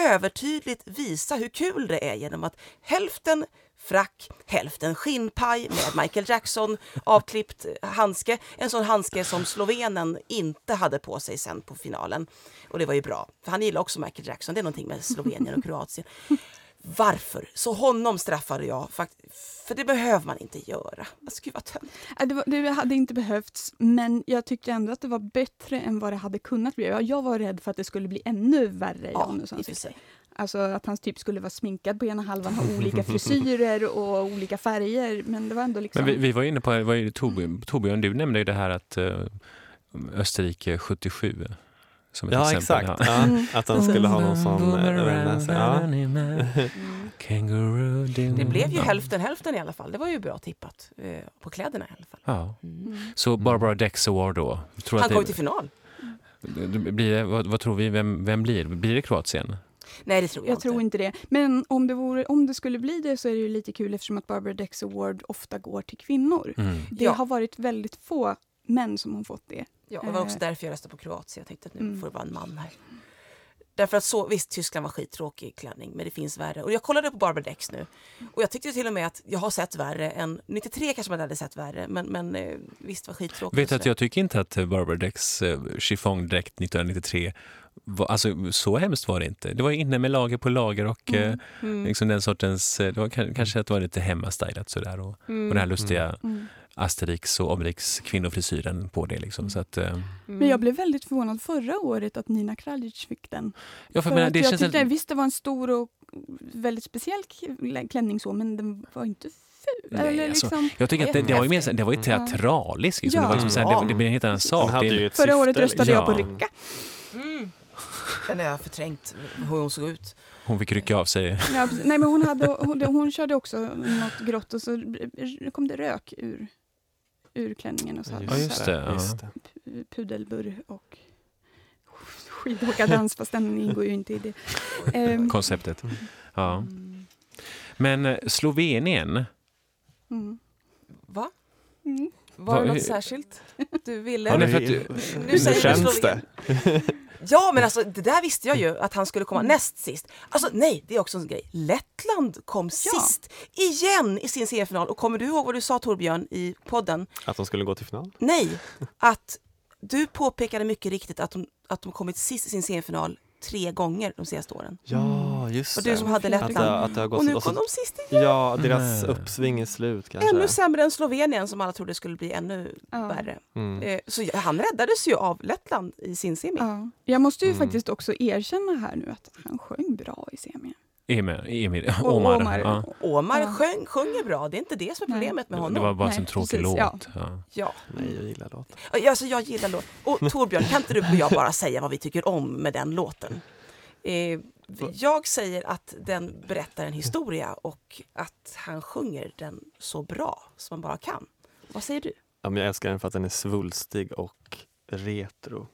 B: övertydligt visa hur kul det är genom att hälften frack, hälften skinnpaj med Michael Jackson avklippt handske. En sån handske som slovenen inte hade på sig sen på finalen. Och det var ju bra, för han gillar också Michael Jackson. Det är någonting med Slovenien och Kroatien. Varför? Så honom straffade jag. fakt- För det behöver man inte göra. Alltså, gud vad tönt.
D: Ja, Äh, Det, var, det hade inte behövts, men jag tyckte ändå att det var bättre än vad det hade kunnat bli. Jag, jag var rädd för att det skulle bli ännu värre i
B: Ja,
D: Janus
B: i och för
D: ansikte.
B: sig.
D: Alltså att hans typ skulle vara sminkad på ena halvan, ha olika frisyrer och olika färger. Men det var ändå liksom...
A: Men vi, vi var inne på, det var ju Torbjörn, Torbjörn, du nämnde ju det här att eh, Österrike 77 som ett
C: Ja,
A: exempel. Mm.
C: exakt. Ja. Att han skulle ha någon sån... eh, överläsning. Ja. (laughs)
A: Kangaroo do-
B: Det blev ju
A: ja.
B: hälften hälften i alla fall. Det var ju bra tippat eh, på kläderna i alla fall.
A: Ja.
D: Mm.
A: Så Barbara Dex Award då? Tror
B: Han
A: att
B: kom ju
A: det,
B: till final.
A: det blir det, vad, vad tror vi, vem, vem blir det? Blir det Kroatien?
B: Nej, det tror jag,
D: Jag tror inte det. Men om det, vore, om det skulle bli det så är det ju lite kul eftersom att Barbara Dex Award ofta går till kvinnor.
A: Mm.
D: Det
B: Ja.
D: har varit väldigt få män som har fått det.
B: Ja, det var också
D: Eh.
B: därför jag röstade på Kroatien. Jag tänkte att nu
D: Mm.
B: får det vara en man här. Därför att så, visst, Tyskland var skittråkig i klänning, men det finns värre. Och jag kollade på Barbara Dex nu och jag tyckte till och med att jag har sett värre än... 93 kanske man hade sett värre, men, men eh, visst var skittråkigt.
A: Vet du
B: och
A: att
B: sådär.
A: jag tycker inte att Barbara Dex eh, chiffongdräkt 1993 var, alltså så hemskt var det inte. Det var ju inne med lager på lager och
B: Mm.
A: eh,
D: Mm.
A: liksom den sortens, eh, det var kan- kanske att det var lite hemmastylat sådär och, och den här lustiga
D: Mm.
A: Asterix och Obelix kvinnofrisyren på det liksom. Så att, eh,
D: Men jag blev väldigt förvånad förra året att Nina Kraljic fick den.
A: ja, för,
D: För
A: jag menar,
D: att
A: det
D: jag
A: känns
D: tyckte,
A: helt-
D: visst det var en stor och väldigt speciell k- klänning så, men den var inte ful.
A: Nej,
D: eller
A: alltså,
D: liksom,
A: Jag tycker att det, det var ju mer, så- det var
D: Mm.
A: ju teatraliskt. Liksom. Det, var liksom så här, det, det blir en helt annan
C: Han
A: sak.
C: hade
A: Det-
C: ju ett
D: förra
C: syfte,
D: året röstade
A: liksom.
D: jag på
A: Ja.
D: Rycka.
B: Den har Mm. jag förträngt, hur hon såg ut.
A: Hon fick rycka av sig.
D: Ja, precis. Nej, men hon, hade, hon, hon körde också något grått och så r- kom det rök ur, ur klänningen och så hade
A: Ja,
D: hon
A: just
D: så
A: det.
D: här
A: ja.
C: Just det.
D: pu- pudelburr och skidåkardans, fast den ingår ju inte i det. Ehm,
A: (laughs) konceptet.
C: Mm.
A: Ja. Men eh, Slovenien,
D: mm.
B: Va?
D: Mm.
B: Var det
A: Va-
B: något särskilt du
A: Ja,
B: ville?
A: nej, för
C: att,
B: Nu säger vi
C: känns
B: Slovenia.
C: det.
B: Ja, men alltså det där visste jag ju att han skulle
C: Mm.
B: komma näst sist. Alltså nej, det är också en grej. Lettland kom sist igen i sin seriefinal. Och kommer du ihåg vad du sa Torbjörn i podden?
C: Att de skulle gå till final.
B: Nej, att du påpekade mycket riktigt att de, att de kommit sist i sin seriefinal tre gånger de senaste åren.
C: Ja, just
B: Och du som hade
C: att, det,
B: Lettland.
C: att det har gått
B: Och nu
C: och så-
B: kom de sist igen.
C: Ja, deras
A: Nej.
C: uppsving är slut kanske.
B: Ännu sämre än Slovenien som alla trodde skulle bli ännu
D: Ja.
B: värre.
C: Mm.
B: Eh, Så han räddades ju av Lettland i sin semi.
D: Ja. Jag måste ju
C: Mm.
D: faktiskt också erkänna här nu att han sjöng bra i semin.
A: Emil, Emil
D: Och
A: Omar.
D: Omar.
A: Ja.
B: Omar
D: Ja.
B: sjöng, sjunger bra, det är inte det som är
D: Nej.
B: problemet med
A: Det,
B: honom.
A: det var bara
D: Nej,
A: en tråkig
D: precis,
A: låt.
D: ja.
A: Ja.
B: Ja.
C: Nej, jag gillar låten.
B: Ja, Alltså jag gillar låten. Och Torbjörn, kan inte du och jag bara säga vad vi tycker om med den låten? Eh, jag säger att den berättar en historia och att han sjunger den så bra som man bara kan. Vad säger du?
C: Ja, men jag älskar den för att den är svulstig och retro.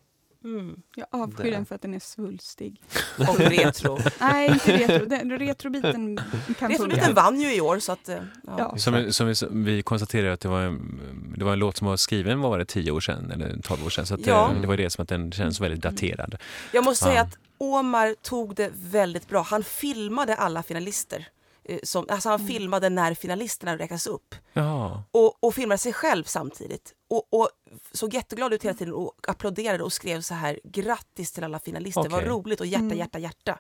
D: Jag avskyr
C: Där.
D: den för att den är svulstig.
B: Mm. Och retro.
D: Nej, inte retro. Den, retrobiten kan
B: Retrobiten
D: funka.
B: vann ju i år så att... eh, Ja.
D: Ja.
C: Liksom.
A: Som, som vi, som vi konstaterade att det var, en, det var en låt som var skriven vad var det, tio år sedan eller tolv år sedan. Så att,
B: Ja. Mm.
A: eh, det var det som att den känns väldigt daterad.
B: Jag måste säga
A: Ja.
B: att Omar tog det väldigt bra. Han filmade alla finalister. eh, Som, alltså han filmade när finalisterna räknas upp
A: Jaha.
B: och, och filmade sig själv samtidigt. Och, och såg jätteglad ut hela tiden och applåderade och skrev så här grattis till alla finalister, vad
A: Okej.
B: roligt och hjärta,
D: Mm.
B: hjärta, hjärta.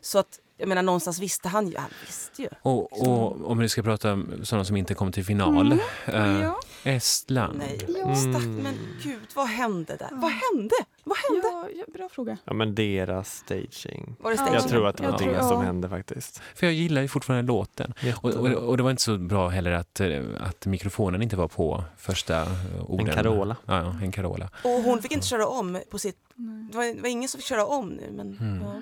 B: Så att, jag menar någonstans visste han ju, han visste ju.
A: Och, och om vi ska prata om sådana som inte kom till final. eh,
D: Ja,
A: Estland.
B: Mm. Nej,
C: Mm.
D: Ja.
B: stack, men gud vad hände där? Vad hände? Vad hände?
D: ja, ja, bra fråga.
C: Ja men deras staging.
B: Var det
D: Ja.
B: staging?
C: Jag tror att det var
D: Jag
C: det
D: tror-
C: som
D: ja.
C: hände faktiskt.
A: För jag gillar ju fortfarande låten. Och, och, och det var inte så bra heller att, eh, att mikrofonen inte var på första eh, orden.
C: en Carola.
A: Ja, ja, en Carola.
B: Och hon fick inte köra om på sitt...
D: Nej.
B: Det var, det var ingen som fick köra om nu, men...
A: Mm.
B: Ja.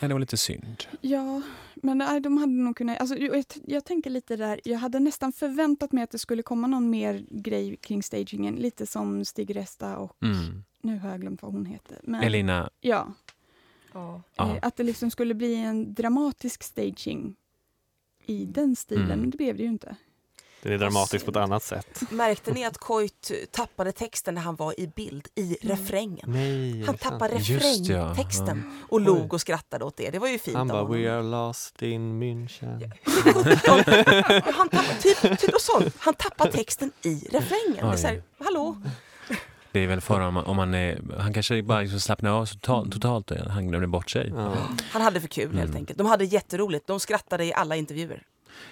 A: Nej, det var lite synd.
D: Ja, men nej, de hade nog kunnat... Alltså, jo, jag, t- jag tänker lite där, jag hade nästan förväntat mig att det skulle komma någon mer grej kring stagingen. Lite som Stig Resta och...
A: Mm.
D: Nu har jag glömt vad hon heter. Men,
A: Elina,
D: Ja,
A: Ja.
D: eh, att det liksom skulle bli en dramatisk staging i den stilen,
A: Mm.
D: men det blev det ju inte.
C: Det är dramatiskt på ett annat sätt.
B: Märkte ni att Koit tappade texten när han var i bild, i
D: Mm.
B: refrängen?
C: Nej,
B: Han tappade
A: Mm. Just det, ja.
B: refrängtexten och log och skrattade åt det. Det var ju fint
C: Han
B: av
C: bara
B: honom.
C: “We are lost in München”.
B: han tappar, typ, typ och sånt. Han tappar texten i refrängen. Det är så här, hallå?
A: det är väl för om, om han är, han kanske bara liksom slappnar av totalt, totalt och han glömde bort sig.
C: Mm. Ja.
B: Han hade för kul
A: Mm.
B: helt enkelt. De hade jätteroligt. De skrattade i alla intervjuer.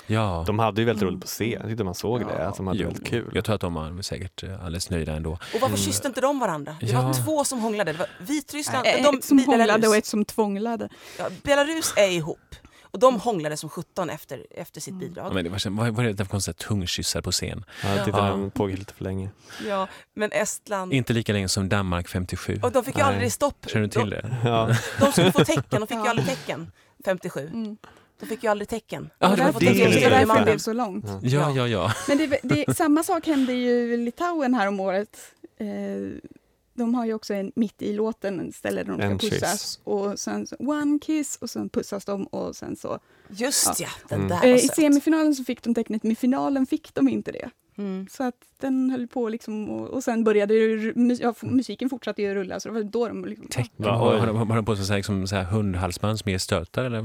A: Ja.
C: De hade ju väldigt roligt på scen, jag tyckte man såg det, att de hade
A: Jo,
C: väldigt kul.
A: Jag tror att de var säkert eh, alldeles nöjda ändå.
B: Och varför kysste inte de varandra? Det var
A: Mm. Ja.
B: två som hånglade. Det var Vitryssland,
D: Eh,
B: de,
D: ett som
B: Belarus.
D: hånglade och ett som tvånglade.
B: Ja, Belarus är ihop. Och de hånglade som 17 efter, efter
D: Mm.
B: sitt
A: Ja,
B: bidrag.
A: men det var, vad var det för konstiga tungkyssar på scen?
C: Jag tyckte
A: Ja.
C: den pågick lite för länge.
B: Ja, men Estland...
C: Mm.
A: Inte lika länge som Danmark 57.
B: Och de fick ju
C: Nej.
B: aldrig stopp.
A: Känner du till
B: de,
A: det?
C: (laughs) Ja.
B: de skulle få tecken, de fick ju
D: (laughs) Ja.
B: aldrig tecken. 57.
D: Mm.
B: De fick ju aldrig tecken.
A: Ja,
B: De
A: det
B: hade
A: var
B: fått
A: det.
B: tecken
D: det,
B: från
D: det,
A: det-
B: tredje
D: det, därför det
B: mannen.
D: blev så långt.
A: Ja, ja, ja.
D: Men det, det, samma sak hände ju i Litauen här om året. Eh, de har ju också en mitt i låten ställe där de ska
C: En kyss.
D: pussas. Och sen så, one kiss och sen pussas de och sen så.
B: Just ja, den
C: Mm.
B: där
D: Eh,
B: var
D: I
B: söt.
D: semifinalen så fick de tecknet, men i finalen fick de inte det.
B: Mm.
D: Så att den höll på liksom och, och sen började ju, ru- ja, f-
C: Mm.
D: musiken fortsatte ju rulla så det var då de liksom,
A: Tecken.
C: Va,
A: Har,
C: oj.
A: har, de- har de på sig så här, liksom, så här hundhalsband som ger stötar? Eller?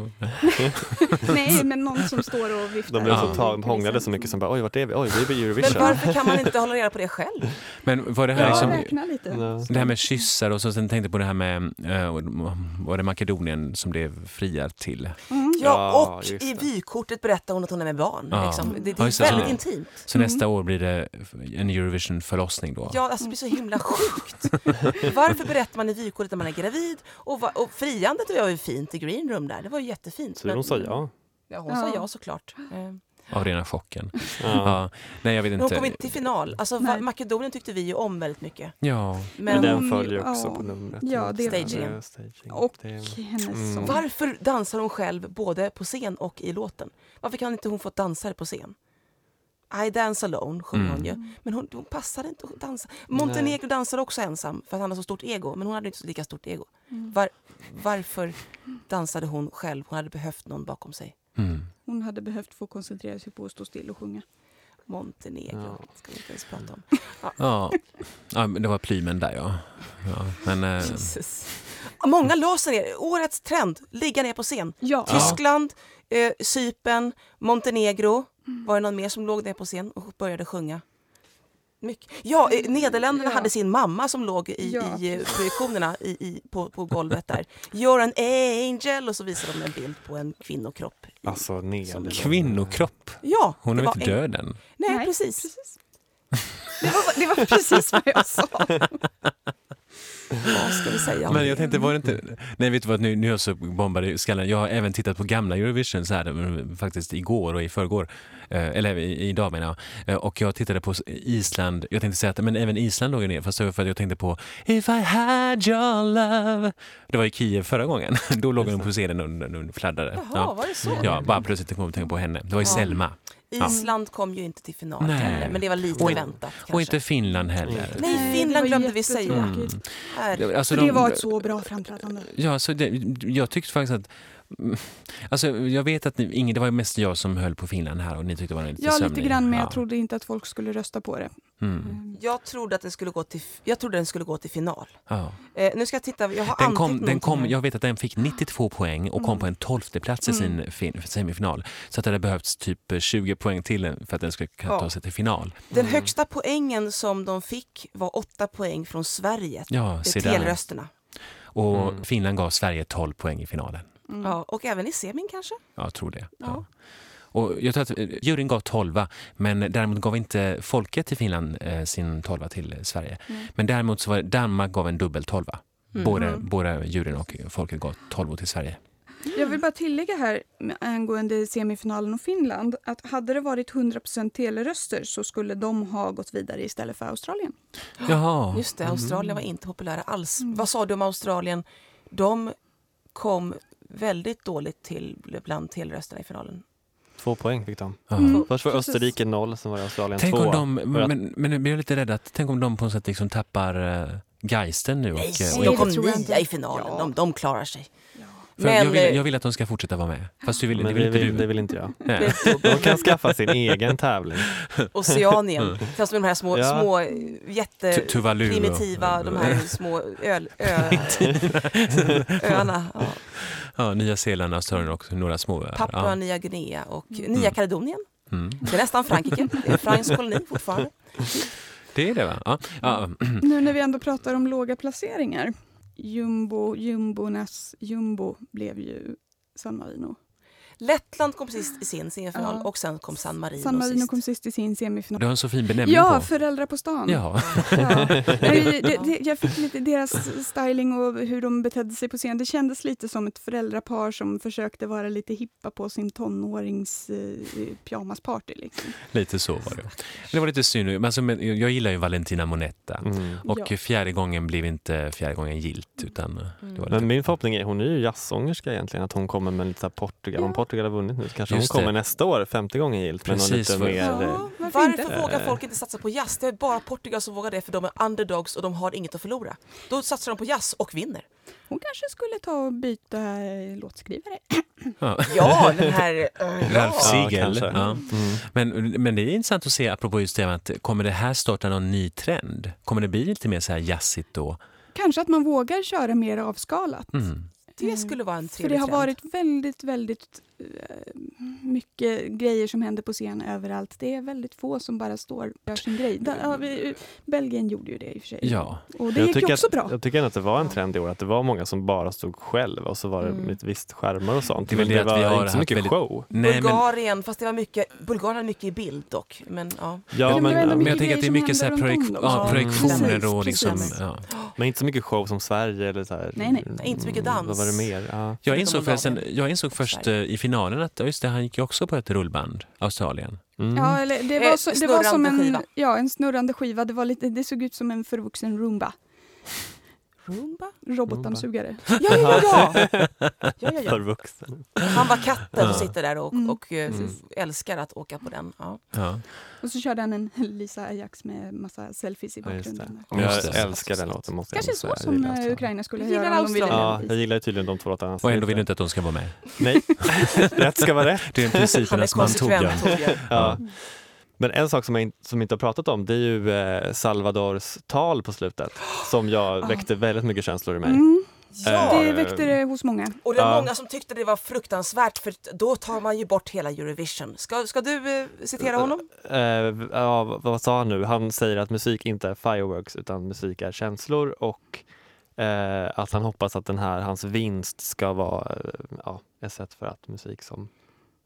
D: Nej, men någon som står och viftar.
C: De blev så
A: Ja.
C: tag, hånglade så mycket som bara “Oj, vart är vi? Oj, vi är på
B: Men
C: Eurovision”.
B: varför kan man inte hålla reda på det själv?
A: Men var det här
C: Ja.
D: Ja,
A: liksom...
D: räkna lite. Mm.
C: Ja.
A: Det här med kyssar och så sen tänkte jag på det här med, eh, var det Makedonien som blev friat till?
D: Mm.
B: Ja,
C: Ja,
B: och
C: just
B: i
C: det.
B: vykortet berättar hon att hon är med barn.
A: Ja.
B: Liksom. Det, det
A: Ja,
B: är
A: just det.
B: väldigt
A: Så-
B: intimt.
A: Så
D: Mm.
A: nästa år blir det en Eurovision-förlossning då?
B: Ja, alltså, det blir så himla sjukt. Varför berättar man i vykortet när man är gravid? Och, va, och friandet var ju fint i green room där. Det var ju jättefint.
C: Så hon sa ja.
B: Ja, hon sa
D: Ja.
B: ja såklart. Eh, men
A: Av rena chocken.
C: ja.
A: Ja. Nej, jag vet
B: Hon
A: inte.
B: kom inte till final. Alltså, va,
D: Nej.
B: Makedonien tyckte vi ju om väldigt mycket.
A: Ja.
C: Men
B: Men
C: den följer också
D: ja.
C: på numret.
D: Ja, det-
B: Stagingen.
C: Staging.
D: Och
C: Det-
D: hennes
C: Mm.
D: sång.
B: varför dansar hon själv både på scen och i låten? Varför kan inte hon få dansa på scen? I dance alone sjunger
A: Mm.
B: hon ju. Men hon, hon passade inte att dansa. Montenegro dansar också ensam för att han har så stort ego. Men hon hade inte lika stort ego.
D: Mm.
B: Var, varför dansade hon själv? Hon hade behövt någon bakom sig.
A: Mm.
D: Hon hade behövt få koncentrera sig på att stå still
B: (laughs)
D: och sjunga.
B: Montenegro
C: Ja.
B: ska vi inte ens prata om.
A: Ja. ja, men det var plymen där ja. ja. Men, eh,
B: Jesus. Många la sig ner. Årets trend, ligga ner på scen.
D: Ja.
B: Tyskland, eh, Cypern, Montenegro. Var det någon mer som låg ner på scen och började sjunga? Mycket. Ja, eh, Nederländerna
D: Mm, Ja.
B: hade sin mamma som låg i,
D: Ja.
B: i eh, projektionerna i, i, på, på golvet där. You're an angel! Och så visade de en bild på en kvinnokropp. i-
C: Alltså, Nederländerna.
A: kvinnokropp.
B: Ja,
A: Hon
B: det
A: är
B: var
A: väl inte
B: en-
A: död än?
B: Nej,
D: Nej,
B: precis.
D: Det var, det var precis vad jag (laughs) sa.
B: Vad ska vi säga om
A: Men
B: det?
A: jag tänkte, var det inte... Nej, vet du vad, nu, nu är jag så bombad i skallen. Jag har även tittat på gamla Eurovision, så här, mm, faktiskt igår och i förrgår. Eh, eller i- idag menar jag. Eh, och jag tittade på Island. Jag tänkte säga att men även Island låg ju ner, fast det var för att jag tänkte på If I had your love. Det var i Kiev förra gången. (laughs) Då låg hon på scenen och, och, och fladdrade.
B: Jaha, var det så?
A: Ja, bara plötsligt kom jag att tänka på henne. Det var ju
B: Ja.
A: Selma. Ja.
B: Island kom ju inte till final
A: Nej.
B: heller, men det var lite
A: Och-
B: väntat. Kanske.
A: Och inte Finland heller.
B: Nej,
D: det
B: Finland
D: var
B: glömde vi säga.
A: Mm.
B: Mm.
D: jättetråkigt.
B: Här.
A: Alltså,
D: För det var ett så bra framträdande.
A: Ja, så det, jag tyckte faktiskt att Alltså, jag vet att ni, ingen, det var ju mest jag som höll på Finland här och ni tyckte det var lite
D: Ja, lite
A: sömnig.
D: grann, men
A: Ja.
D: jag trodde inte att folk skulle rösta på det.
A: Mm.
B: Jag trodde att den skulle gå till, jag trodde den skulle gå till final.
A: Ja.
B: Eh, nu ska jag titta, jag har
A: Den
B: antecknat
A: kom, den
B: någonting
A: kom,
B: här.
A: jag vet att den fick 92 poäng och kom på en tolfte plats i sin fin, semifinal. Så att det hade behövts typ 20 poäng till för att den skulle kunna
B: Ja.
A: ta sig till final.
B: Den högsta poängen som de fick var åtta poäng från Sverige.
A: Ja,
B: Det
A: se
B: är
A: där.
B: telrösterna.
A: Och Finland gav Sverige 12 poäng i finalen.
D: Mm.
B: Ja, Mm. och även i semin kanske?
A: Jag tror det. Ja.
B: Ja.
A: Och jag tror att eh, juryn gav 12 men däremot gav inte folket i Finland eh, sin 12 till eh, Sverige. Men däremot så var Danmark gav en dubbel 12
B: Mm.
A: Både, både juryn och folket gav 12 till Sverige.
D: Mm. Jag vill bara tillägga här med- angående semifinalen och Finland att hade det varit 100% teleröster så skulle de ha gått vidare istället för Australien.
A: Jaha.
B: Just det, Australien var inte populära alls. Vad sa du om Australien? De kom väldigt dåligt till bland telrösterna i finalen.
C: Två poäng fick de.
A: Ja.
D: Mm.
C: Först var
B: Precis.
C: Österrike noll, sen var det Australien
A: Tänk
C: två.
A: om de,
C: för att-
A: men, men jag blir lite rädd att tänk om de på något sätt liksom tappar eh, geisten nu. Och,
B: Nej,
A: eh, och
B: de
A: inte,
B: kom
D: tror
B: nia
D: jag inte.
B: i finalen.
D: Ja.
B: De, de klarar sig.
A: för jag,
B: men,
A: vill,
B: eh,
A: jag vill att de ska fortsätta vara med. Fast du vill, det
C: Men
A: vill
C: det
A: inte
C: vill, det
A: du.
C: vill inte jag.
A: Nej.
C: De kan skaffa sin egen tävling.
A: (laughs)
B: Oceanien. Fast med de här små,
C: Ja.
B: små eh,
A: Tu- Tuvalu och-
B: jätteprimitiva, de här små öl, ö, öarna. Ja.
A: Ja, Nya Zeeland, Australien och några små öar.
B: Papua
A: Ja.
B: Nya Guinea och Nya Kaledonien.
A: Mm.
B: Det är nästan Frankrike. Det är en fransk koloni fortfarande.
A: Det är det va? Ja. Ja.
D: Nu när vi ändå pratar om låga placeringar. Jumbo, jumbonas jumbo blev ju San Marino.
B: Lettland kom sist i sin semifinal
D: Ja.
B: och sen kom San Marino,
D: San Marino
B: sist.
D: kom sist i sin
A: Du
D: semifinal.
A: har en så fin benämning
D: Ja,
A: på.
D: föräldrar på
A: (laughs)
D: stan.
A: Ja.
D: Ja. Nej, det, det, jag fick lite deras styling och hur de betedde sig på scen. Det kändes lite som ett föräldrapar som försökte vara lite hippa på sin tonårings eh, pyjamasparty. Liksom.
A: Lite så var det. Men Det var lite synd. Men alltså, men jag gillar ju Valentina Monetta.
C: Mm.
A: Och
D: Ja.
A: fjärde gången blev inte fjärde gången gilt. Utan eh,
D: Mm.
A: det var
C: Men
A: lite...
C: min förhoppning är, hon är ju jazzsångerska egentligen, att hon kommer med lite så här Portugal. Om
D: Ja.
C: Portugal har vunnit nu så kanske
A: Just
C: hon
A: det.
C: kommer nästa år, femte gången gillt. Men någon
A: Precis
C: lite
A: vad-
C: mer...
D: Ja, varför, inte?
B: Varför vågar folk inte satsa på jazz? Det är bara Portugal som vågar det för de är underdogs och de har inget att förlora. Då satsar de på jazz och vinner.
D: Hon kanske skulle ta och byta eh, låtskrivare.
A: (laughs) Ja.
B: Ja, den här... eh,
A: Ralf
B: ja.
C: Ja, Mm.
A: Siegel.
C: kanske.
A: Ja. Men, men det är intressant att se, apropå just det, att kommer det här starta någon ny trend? Kommer det bli lite mer så här jazzigt då?
D: Kanske att man vågar köra mer avskalat.
A: Mm.
B: Det skulle vara en
D: För
B: trevlig
D: det har
B: trend.
D: varit väldigt, väldigt eh, mycket grejer som händer på scen överallt. Det är väldigt få som bara står och gör sin grej. Där, ja,
B: eh,
D: vi, Belgien gjorde ju det i och för sig.
A: Ja.
D: Och det
C: jag
D: gick ju
C: tycker
D: också
C: att,
D: bra.
C: Jag tycker ändå att det var en trend i år, att det var många som bara stod själv och så var det
B: Mm.
C: lite visst skärmar och sånt.
A: Det är väl
C: men det
A: det att vi har
C: var inte så
A: haft
C: mycket
A: väldigt-
C: show.
A: Nej, men,
B: Bulgarien, fast det var mycket, Bulgarien hade mycket i bild dock. Men, ja.
D: Ja,
C: Ja,
D: men det var
A: men
D: ändå
C: men,
A: jag
D: mycket
A: tänker att det är
D: grejer
A: mycket så
D: som
A: här
D: händer
A: projek-
D: runt om dem.
A: ja,
B: Ja,
A: projektioner
D: precis,
A: och
D: precis.
A: liksom... Ja.
C: men inte så mycket show som Sverige eller så här. Mm,
D: Nej, nej.
B: Inte så mycket dans.
C: Vad var det mer? Ja.
A: Jag
B: Förutom
A: insåg,
B: Bulgarien.
A: förresten, jag insåg först eh, i finalen att ja, just det, han gick ju också på ett rullband, Australien.
C: Mm.
D: Ja, eller det
B: Eh,
D: var, så, det var som
B: snurrande
D: en,
B: skiva.
D: Ja, en snurrande skiva. Det, var lite, det såg ut som en förvuxen Roomba.
B: Roomba?
D: Robotdammsugare.
B: Ja, ja, ja! ja. ja, ja,
C: För
B: ja.
C: vuxen.
B: Han var katten som sitter där och,
D: Mm.
B: och eh,
C: Mm.
B: älskar att åka på den. Ja.
A: Ja.
D: Och så körde han en (laughs) Lisa Ajax med massa selfies i
C: Ja, just
D: bakgrunden. där.
C: Jag
A: Just det.
C: älskar den låten. Måste jag
D: Kanske
C: ändå
D: så
C: säga. Jag
D: som
C: gillar
D: eh,
C: Australien.
D: Ukraina skulle
B: Gillar
D: höra om de ville
C: alltså. Ja,
D: det.
C: jag gillar ju tydligen de två låtarna.
A: Och ändå vill du inte att de ska vara med.
C: Nej, (laughs) rätt ska vara rätt.
A: Det
B: (laughs)
A: är
B: Han är
A: principernas man tog.
B: konsekvent,
A: ja.
B: Torbjörn.
C: Ja. Men en sak som jag in, som inte har pratat om det är ju eh, Salvadors tal på slutet som jag väckte väldigt mycket känslor i mig.
D: Mm,
C: Ja.
D: det väckte det hos många.
B: Och det var
C: Ja.
B: många som tyckte det var fruktansvärt för då tar man ju bort hela Eurovision. Ska, ska du eh, citera honom?
C: Eh, v- ja, v- vad sa han nu? Han säger att musik inte är fireworks utan musik är känslor och eh, att han hoppas att den här, hans vinst ska vara eh, ja, ett sätt för att musik som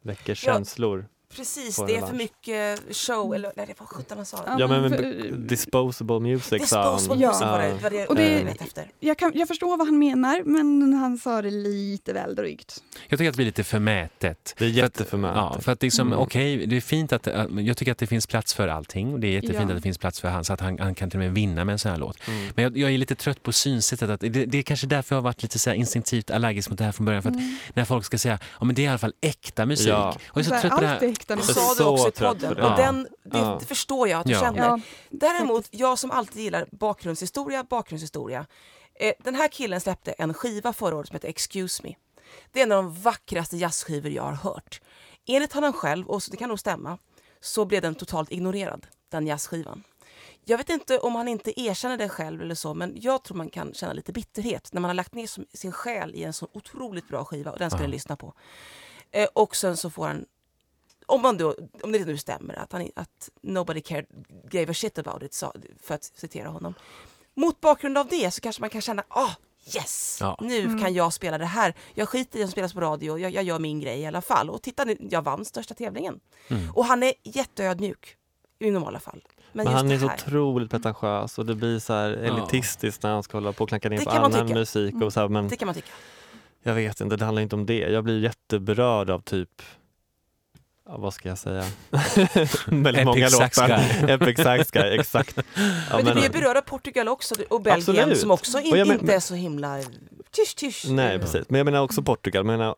C: väcker känslor.
B: Precis,
C: Får
B: det är
C: revansch.
B: för mycket show eller nej, det var sjutton han sa.
D: Ja.
B: Ja.
C: Ja, men, men
D: för-
C: b- disposable music sa han.
B: Disposable
D: Ja.
B: music var det, det var det
D: Och
B: och
D: det-
B: det, rätt efter.
D: Jag, kan, jag förstår vad han menar, men han sa det lite väl drygt.
A: Jag tycker att det blir lite förmätet.
C: Det är jätteförmätet.
A: Ja, för att liksom,
C: Mm.
A: okej, det är fint att, äh, jag tycker att det finns plats för allting och det är jättefint
D: Ja.
A: att det finns plats för han så att han, han kan till och med vinna med en sån här låt.
C: Mm.
A: Men jag, jag är lite trött på synsättet. Att det, det är kanske därför jag har varit lite så här instinktivt allergisk mot det här från början. För att när folk ska säga, ja men det är i alla fall äkta musik.
C: Ja.
A: Och jag är så trött på det
D: Allt är
A: här.
D: äkta
B: Det
D: musik.
B: sa du
C: Så
B: också i
C: trött på
B: podden.
A: det.
B: Och den, det,
C: Ja.
B: det förstår jag att du
A: Ja.
B: känner.
D: Ja,
B: Däremot, jag som alltid gillar bakgrundshistoria, bakgrundshistoria. Eh, den här killen släppte en skiva förra året som heter Excuse Me. Det är en av de vackraste jazzskivor jag har hört. Enligt honom själv, och så det kan nog stämma, så blev den totalt ignorerad, den jazzskivan. Jag vet inte om han inte erkänner det själv eller så, men jag tror man kan känna lite bitterhet när man har lagt ner som, sin själ i en så otroligt bra skiva och den ska
A: Ja.
B: ni lyssna på. Eh, och sen så får han, om, man då, om det nu stämmer att, han, att nobody cared, gave a shit about it, sa, för att citera honom. Mot bakgrund av det så kanske man kan känna, ah, yes!
A: Ja.
B: Nu kan jag spela det här. Jag skiter i att spelas på radio, jag, jag gör min grej i alla fall. Och titta, nu, jag vann största tävlingen.
A: Mm.
B: Och han är jätteödmjuk i normala fall. Men,
C: Men
B: just
C: han är
B: det
C: så
B: här.
C: otroligt pretentiös och det blir så här
A: Ja.
C: elitistiskt när han ska hålla på och klanka ner
B: Det
C: på
B: kan man
C: annan
B: tycka. Mm.
C: musik. Och så här, men
B: Det kan man tycka.
C: jag vet inte, det handlar inte om det. Jag blir jätteberörd av typ Ja, vad ska jag säga? (laughs) Väldigt många
A: Epic Sax
C: låtar.
A: Guy.
C: Epic Sax
A: (laughs)
C: Guy, exakt. Ja,
B: men,
C: men-
B: du blir berörd av Portugal också och Belgien
C: Absolut.
B: som också in,
C: Och jag men-
B: inte är så himla tysch tysch.
A: Mm.
C: Nej precis, men jag menar också Portugal. Jag menar,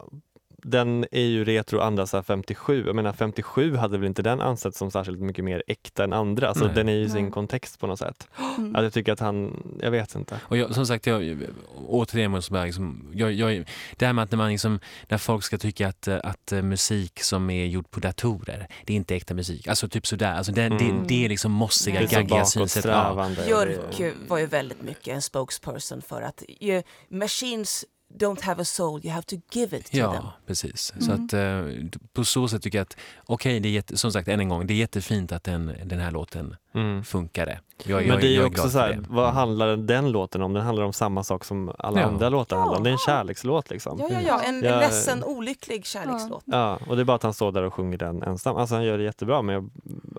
C: den är ju retro andra så här 57. Jag menar 57 hade väl inte den ansetts som särskilt mycket mer äkta än andra. Så
A: Nej.
C: den är ju i sin
D: Nej.
C: kontext på något sätt.
D: Mm.
C: Att jag tycker att han, jag vet inte.
A: Och jag, som sagt, jag, återigen måste jag, liksom, jag, jag, det här med att när, man liksom, när folk ska tycka att, eh, att eh, musik som är gjord på datorer, det är inte äkta musik. Alltså typ sådär, alltså det,
C: Mm.
A: det, det är liksom mossiga,
C: Det är så
A: gaggiga synsätt. Ja.
C: bakåtsträvande. och
B: Björk
C: det-
B: var ju väldigt mycket en spokesperson för att eh, machines don't have a soul, you have to give it to them.
A: Ja, precis. Så
D: Mm.
A: att, eh, på så sätt tycker jag att, okej, det är jätte, som sagt än en gång, det är jättefint att den, den här låten
C: Mm.
A: funkade. Jag,
C: Men
A: jag,
C: det är ju
A: jag
C: också
A: glad
C: så
A: för
C: här,
A: det.
C: vad handlar den låten om? Den handlar om samma sak som alla
A: Ja.
C: andra låtar handlar om. Det är en
B: Ja.
C: kärlekslåt liksom.
B: Ja, ja, ja. En, en
C: Ja.
B: ledsen, olycklig kärlekslåt.
C: Ja, och det är bara att han står där och sjunger den ensam. Alltså han gör det jättebra men jag,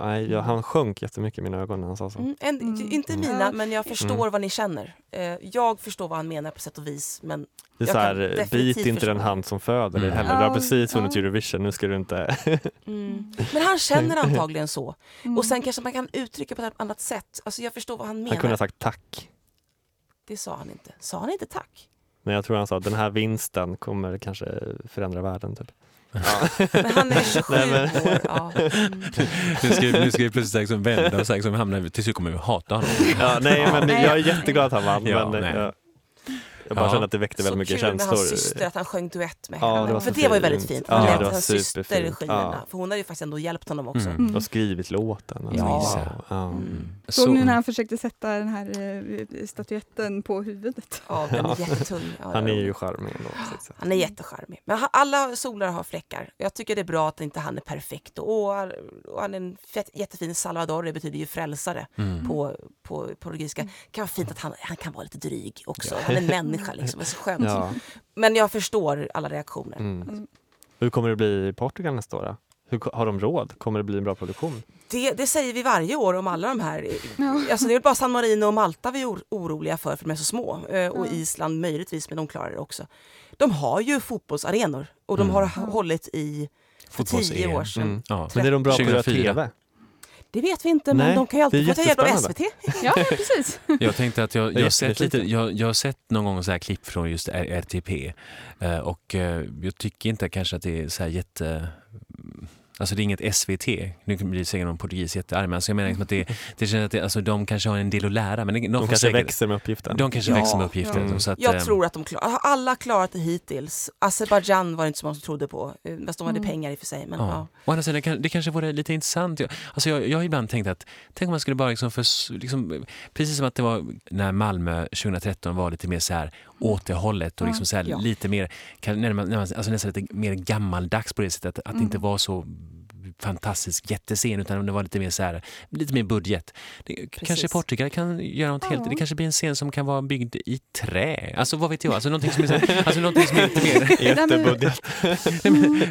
C: nej, jag, han sjönk jättemycket i mina ögon när han sa så.
B: Mm, en,
D: Mm.
B: Inte
C: Mm.
B: mina, men jag förstår
C: Mm.
B: vad ni känner. Eh, jag förstår vad han menar på sätt och vis, men
C: Det är
B: Jag
C: så
B: kan
C: här,
B: definitivt
C: bit inte
B: förstå.
C: den hand som föder dig
A: Mm.
C: heller. Du har
D: Ja,
C: precis hunnit
D: ja.
C: Eurovision, nu ska du inte... (laughs)
B: Men han känner antagligen så.
D: Mm.
B: Och sen kanske man kan uttrycka på ett annat sätt. Alltså jag förstår vad han menar.
C: Han kunde ha sagt tack.
B: Det sa han inte. Sa han inte tack?
C: Men jag tror han sa att den här vinsten kommer kanske förändra världen. Typ.
B: Men han är 27 år. Ja. Mm.
A: Nu ska, vi- nu ska vi plötsligt liksom vända och så här, liksom, hamna, i- till slut kommer vi hata honom.
C: Ja, nej, men
D: Nej.
C: jag är jätteglad att han vann.
A: Ja,
C: men,
A: nej.
C: jag, jag bara
A: Ja.
C: kände att (laughs) det väckte
B: Så
C: väldigt mycket
B: kul med hans
C: känslor.
B: syster, att han sjöng duett med
C: Ja,
B: henne.
C: det var
B: för
C: så
B: det var ju
C: fint.
B: väldigt fint.
C: Ja,
B: Han
C: det
B: lät
C: var
B: hans syster i
C: superfint.
B: skivorna.
C: Ja.
B: För hon hade ju faktiskt ändå hjälpt honom också.
A: Mm.
C: Och skrivit låten. Alltså,
B: Ja.
C: wow. ja.
B: Mm.
D: Såg ni när han försökte sätta den här eh, statyetten på huvudet?
B: Ja, den är jättetung. Ja,
C: Han är
B: det var-
C: ju charmig ändå. på sitt sätt.
B: Han är jättecharmig. Men han- alla solar har fläckar. Jag tycker det är bra att inte han är perfekt. Och, och han är en fett, jättefin salvador, det betyder ju frälsare
A: mm.
C: Mm.
B: på, på portugisiska. Kan vara fint att han, han kan vara lite dryg också. Han är en människa liksom, det är så skönt.
C: Ja.
B: Men jag förstår alla reaktioner.
C: Mm. Hur kommer det bli i Portugal nästa år? då? Hur, ko- har de råd? Kommer det bli en bra produktion?
B: Det, det säger vi varje år om alla de här.
D: Ja.
B: Alltså, det är väl bara San Marino och Malta vi är or- oroliga för, för de är så små. Eh, och
D: Ja.
B: Island möjligtvis, men de klarar det också. De har ju fotbollsarenor och de har
D: Mm.
B: hållit i för tio
A: Fotbolls-EM.
B: år sedan.
C: Mm.
A: Ja.
C: Men är de bra på att göra
A: 2004.
C: TV?
B: Det vet vi inte, men
C: Nej,
B: de kan ju alltid
C: det
B: få
C: är
B: ta hjälp av SVT.
C: jättespännande.
D: Ja,
B: (laughs)
D: precis.
A: Jag tänkte att jag,
C: Jag är
A: jag, har sett lite,
C: jättenyfiken.
A: jag, jag har sett någon gång så här klipp från just R- RTP eh, och eh, jag tycker inte kanske att det är så här jätte... Alltså det är inget SVT, nu blir säkert någon portugis jättearg, men alltså jag menar liksom att det, det känns att det, alltså de kanske har en del att lära men de, de,
C: De
A: får
C: kanske
A: säkert,
C: växer med uppgiften.
A: De kanske
B: Ja.
A: växer med uppgifter.
C: Mm.
A: Så att,
B: Jag
A: eh,
B: tror att de klarar Alla har klarat det hittills. Azerbajdzjan var det inte så många som trodde på, eh, fast de hade
D: Mm.
B: pengar i och för sig. Men,
A: Ja.
B: ja.
A: Å andra sidan, kan- det kanske vore lite intressant. Jag, alltså jag, jag har ibland tänkt att, tänk om man skulle bara liksom för, liksom, precis som att det var när Malmö 2013 var lite mer så här återhållet och liksom så här
B: Mm. Ja.
A: lite mer, kan, när man, när man, alltså nästan lite mer gammaldags på det sättet, att, att det inte
B: Mm.
A: var så fantastisk jättescen utan det var lite mer så här, lite mer budget. Det, kanske Portugal kan göra något helt,
D: Ja.
A: det kanske blir en scen som kan vara byggd i trä. Alltså vad vet jag, alltså någonting som är, så här, alltså någonting som är lite
B: (laughs)
A: mer...
C: Jättebudget.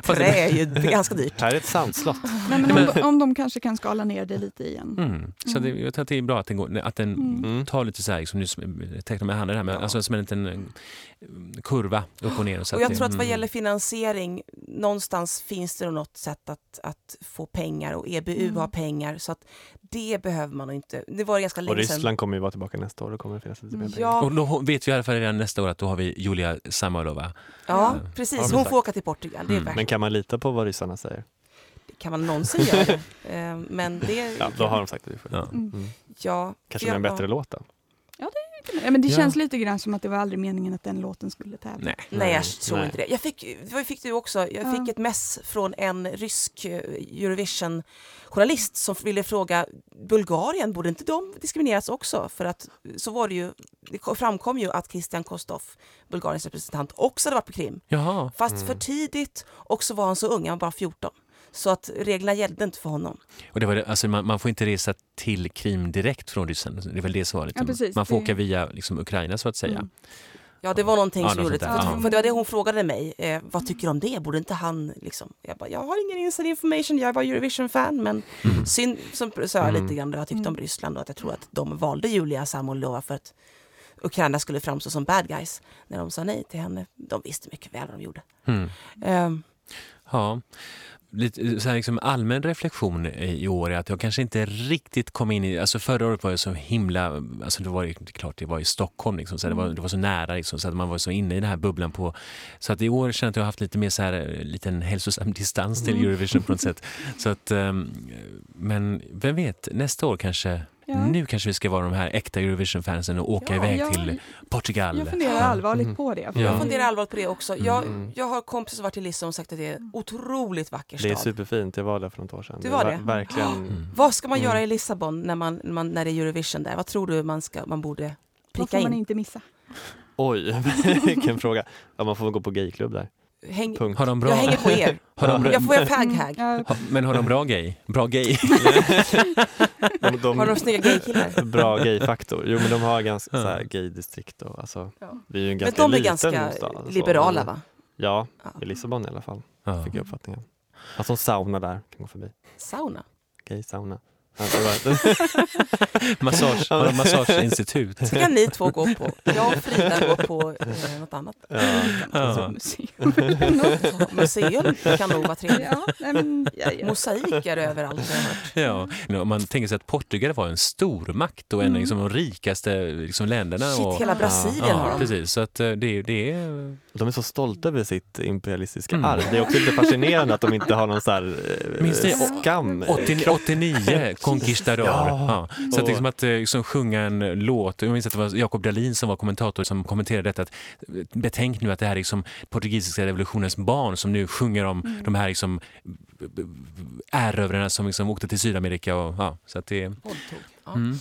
A: (laughs) fast-
B: Trä är ju ganska dyrt.
C: Här är ett sandslott.
B: Mm.
D: Nej, men om, om de kanske kan skala ner det lite igen.
A: Mm. Så det, jag tror att det är bra att den, går, att den
C: Mm.
A: tar lite så här, liksom, nu som- tecknar med handen här, men alltså som en liten eh, kurva upp och ner. Och så
B: Och jag
A: det-
B: tror att vad
A: mm.
B: gäller finansiering, någonstans finns det nog något sätt att, att få pengar och EBU
D: Mm.
B: har pengar. Så att det behöver man nog inte. Det var ganska
C: Och
B: länge sedan.
C: Ryssland kommer ju vara tillbaka nästa år. Då kommer det finnas lite mer pengar.
B: liksom- Ja,
A: Och då vet vi i alla fall redan nästa år att då har vi Julia Samalova.
B: ja,
C: Ja,
B: precis.
C: men
B: Hon
C: tack.
B: får åka till Portugal. Det är
A: Mm.
B: värt
C: Men kan man lita på vad ryssarna säger?
B: det. kan man någonsin göra.
C: (laughs)
B: det? Eh, Men det...
C: Ja, då har de sagt att vi får.
A: Ja.
C: Mm.
B: Ja,
C: Kanske
B: ja,
C: med en bättre låt då?
D: Nej, men det
C: Ja.
D: känns lite grann som att det var aldrig meningen att den låten skulle tävla.
A: Nej.
B: Nej, jag
C: Nej,
B: tror
C: nej.
B: inte det. Jag fick, vad fick du också? Jag
D: Ja.
B: fick ett mess från en rysk eh, Eurovision-journalist som ville fråga Bulgarien, borde inte de diskrimineras också? För att eh, så var det ju, det ko- framkom ju att Christian Kostoff, Bulgariens representant, också hade varit på Krim.
A: Jaha.
B: Fast för tidigt och så var han så ung, han var bara 14. Så att reglerna gällde inte för honom.
A: Och det var, det- alltså man, man får inte resa till Krim direkt från Ryssland. Det är väl det som var lite...
D: Ja, precis.
A: man får
D: Det-
A: åka via liksom, Ukraina så att säga.
D: Mm.
B: Ja, det var någonting
A: Ja,
B: som
A: något
B: gjorde det.
A: sånt
D: där.
B: För,
D: Ja.
B: för det var det hon frågade mig. Eh, vad tycker du om det? Borde inte han liksom... Jag bara, jag har ingen inside information. Jag var Eurovision-fan. Men synd, som sa jag lite grann vad jag tyckte
D: Mm.
B: om Ryssland och att jag tror att de valde Julia Samolova för att Ukraina skulle framstå som bad guys när de sa nej till henne. De visste mycket väl vad de gjorde.
A: Mm.
B: Ehm,
A: Ja. Lite, så här, liksom, allmän reflektion i i år är att jag kanske inte riktigt kom in i... Alltså förra året var jag så himla... Alltså det var ju det är klart, det var i Stockholm liksom, så här, det,
D: Mm.
A: var, det var så nära liksom, så att man var så inne i den här bubblan på... Så att i år känner jag att jag har haft lite mer så här, eh, liten hälsosam (laughs) distans till
D: Mm.
A: Eurovision på något
D: (laughs)
A: sätt. Så att, ehm, men vem vet, nästa år kanske...
D: Ja.
A: Nu kanske vi ska vara de här äkta Eurovision-fansen och åka
D: Ja,
A: iväg
D: jag-
A: till Portugal.
D: Jag funderar allvarligt på det.
A: Mm. Ja.
B: Jag funderar allvarligt på det också. Jag,
C: Mm.
B: jag har kompisar som varit i Lissabon och sagt att det är
D: Mm.
B: en otroligt vacker
C: Det är
B: stad.
C: superfint, jag var där för något år sedan.
B: Du var
C: är
B: det?
C: ver- Verkligen.
A: Mm.
B: Vad ska man
C: Mm.
B: göra i Lissabon när, man, när, man, när det är Eurovision där? Vad tror du man, ska, man borde
D: Vad
B: pricka
D: får man
B: in?
D: inte missa?
C: Oj, (laughs) vilken fråga. Ja, man får väl gå på gayklubb där.
B: Häng,
C: Punkt.
A: Har de bra...
B: jag
A: (laughs)
B: hänger på er.
A: Har de,
B: Jag får jag fag
D: Mm,
B: hag?
D: ja,
A: ha, men har de bra gay? Bra gay?
D: (laughs)
C: De, de,
B: Har de snygga gaykillar?
C: bra gayfaktor. Jo, men de har ganska så här gaydistrikt och alltså,
B: Ja.
C: det är ju
B: Men
C: en ganska
B: de är
C: liten
B: ganska
C: stad, alltså.
B: liberala va?
C: Ja,
B: Ja.
C: i Lissabon i alla fall,
A: Ja.
C: fick jag uppfattningen. Att de sauna där, kan gå förbi.
B: Sauna?
C: Gay-sauna. Ja, det
A: (laughs)
C: var-
A: Massage, har
B: (laughs)
A: de massageinstitut?
B: Så kan ni två gå på. Jag och Frida går på eh, något annat.
D: alltså,
A: Ja.
D: musik.
B: Något museum kan nog vara trevligt.
D: (laughs) Ja, nej, men, ja, ja.
B: Mosaiker överallt har jag hört.
A: Ja. Nu, Om man tänker sig att Portugal var en stormakt och en av liksom, de rikaste liksom, länderna.
B: Mm. Shit,
A: och,
B: hela Brasilien
A: ja,
B: har de.
A: precis. Så att, eh, det, är- det är...
C: De är så stolta över sitt imperialistiska
A: Mm.
C: arv. Det är också lite fascinerande att de inte har någon så här eh,
A: Minns ni-
C: skam.
A: 80,
B: (laughs)
A: 89, Conquistador. Ja.
C: Ja.
A: Så att, liksom, att eh, liksom, sjunga en låt, jag minns att det var Jakob Dalin som var kommentator som kommenterade detta. Att, eh, betänk nu att det här är liksom, portugisiska revolutionens barn som nu sjunger om
B: Mm.
A: de här liksom, b- b- erövrarna som liksom, åkte till Sydamerika. Och, ja, så att det är...
B: Våldtog. Ja.
A: Mm.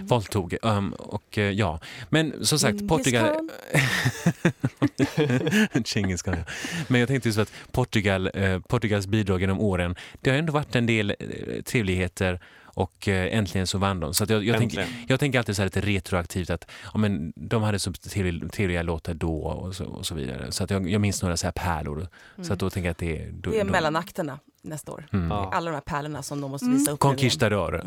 A: Våldtog. ehm, och, eh, ja. Men som sagt, Portugal... (laughs) Djingis khan, ja. Men jag tänkte just att Portugal, eh, Portugals bidrag genom åren, det har ändå varit en del eh, trevligheter och eh, äntligen så vann de. Så att jag, jag, tänker,
C: Äntligen.
A: jag tänker alltid så här lite retroaktivt att ja, men de hade så trevlig- trevliga låtar då och så, och så vidare. Så att jag, jag minns några så här pärlor. Så att då tänker jag att det är... Då,
B: Mm. Det är
A: då-
B: mellanakterna nästa år.
A: Mm.
C: Ja.
B: Alla de här pärlorna som de måste
D: Mm.
B: visa upp. nu igen.
A: Conquistador.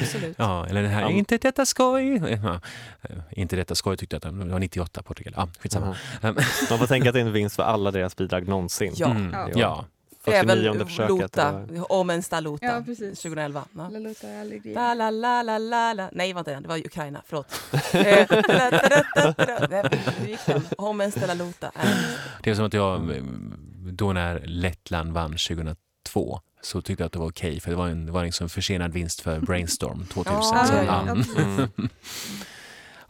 B: Absolut.
A: Ja, eller det här,
C: Mm. Ja.
A: inte detta skoj. Ja, eh, inte detta skoj tyckte jag att det var 98 Portugal. Ja, skitsamma. Ehm,
C: Jaha. (laughs) Man får tänka att det är en vinst för alla deras bidrag någonsin.
B: Ja.
A: Mm,
D: Ja.
A: ja.
C: 49:e
B: Även
C: försöket,
B: Lota,
C: eller
B: om en Staluta,
D: Ja, precis.
B: 2011. Ja.
D: Alla låtar är aldrig
B: La, la, la, la, la, la. Nej, det var inte den. Det var ju Ukraina. Förlåt.
A: (laughs)
B: Eh, (laughs) da, da, da, da, da. Nej, hur gick den? Homens de la Luta.
A: Mm.
B: Eh,
A: Det är som att jag, eh, då när Lettland vann 2002 så tyckte jag att det var okej för det var en, det var liksom en försenad vinst för Brainstorm 2000.
B: Ja,
A: så,
B: ja,
A: ja.
D: ja.
C: Mm.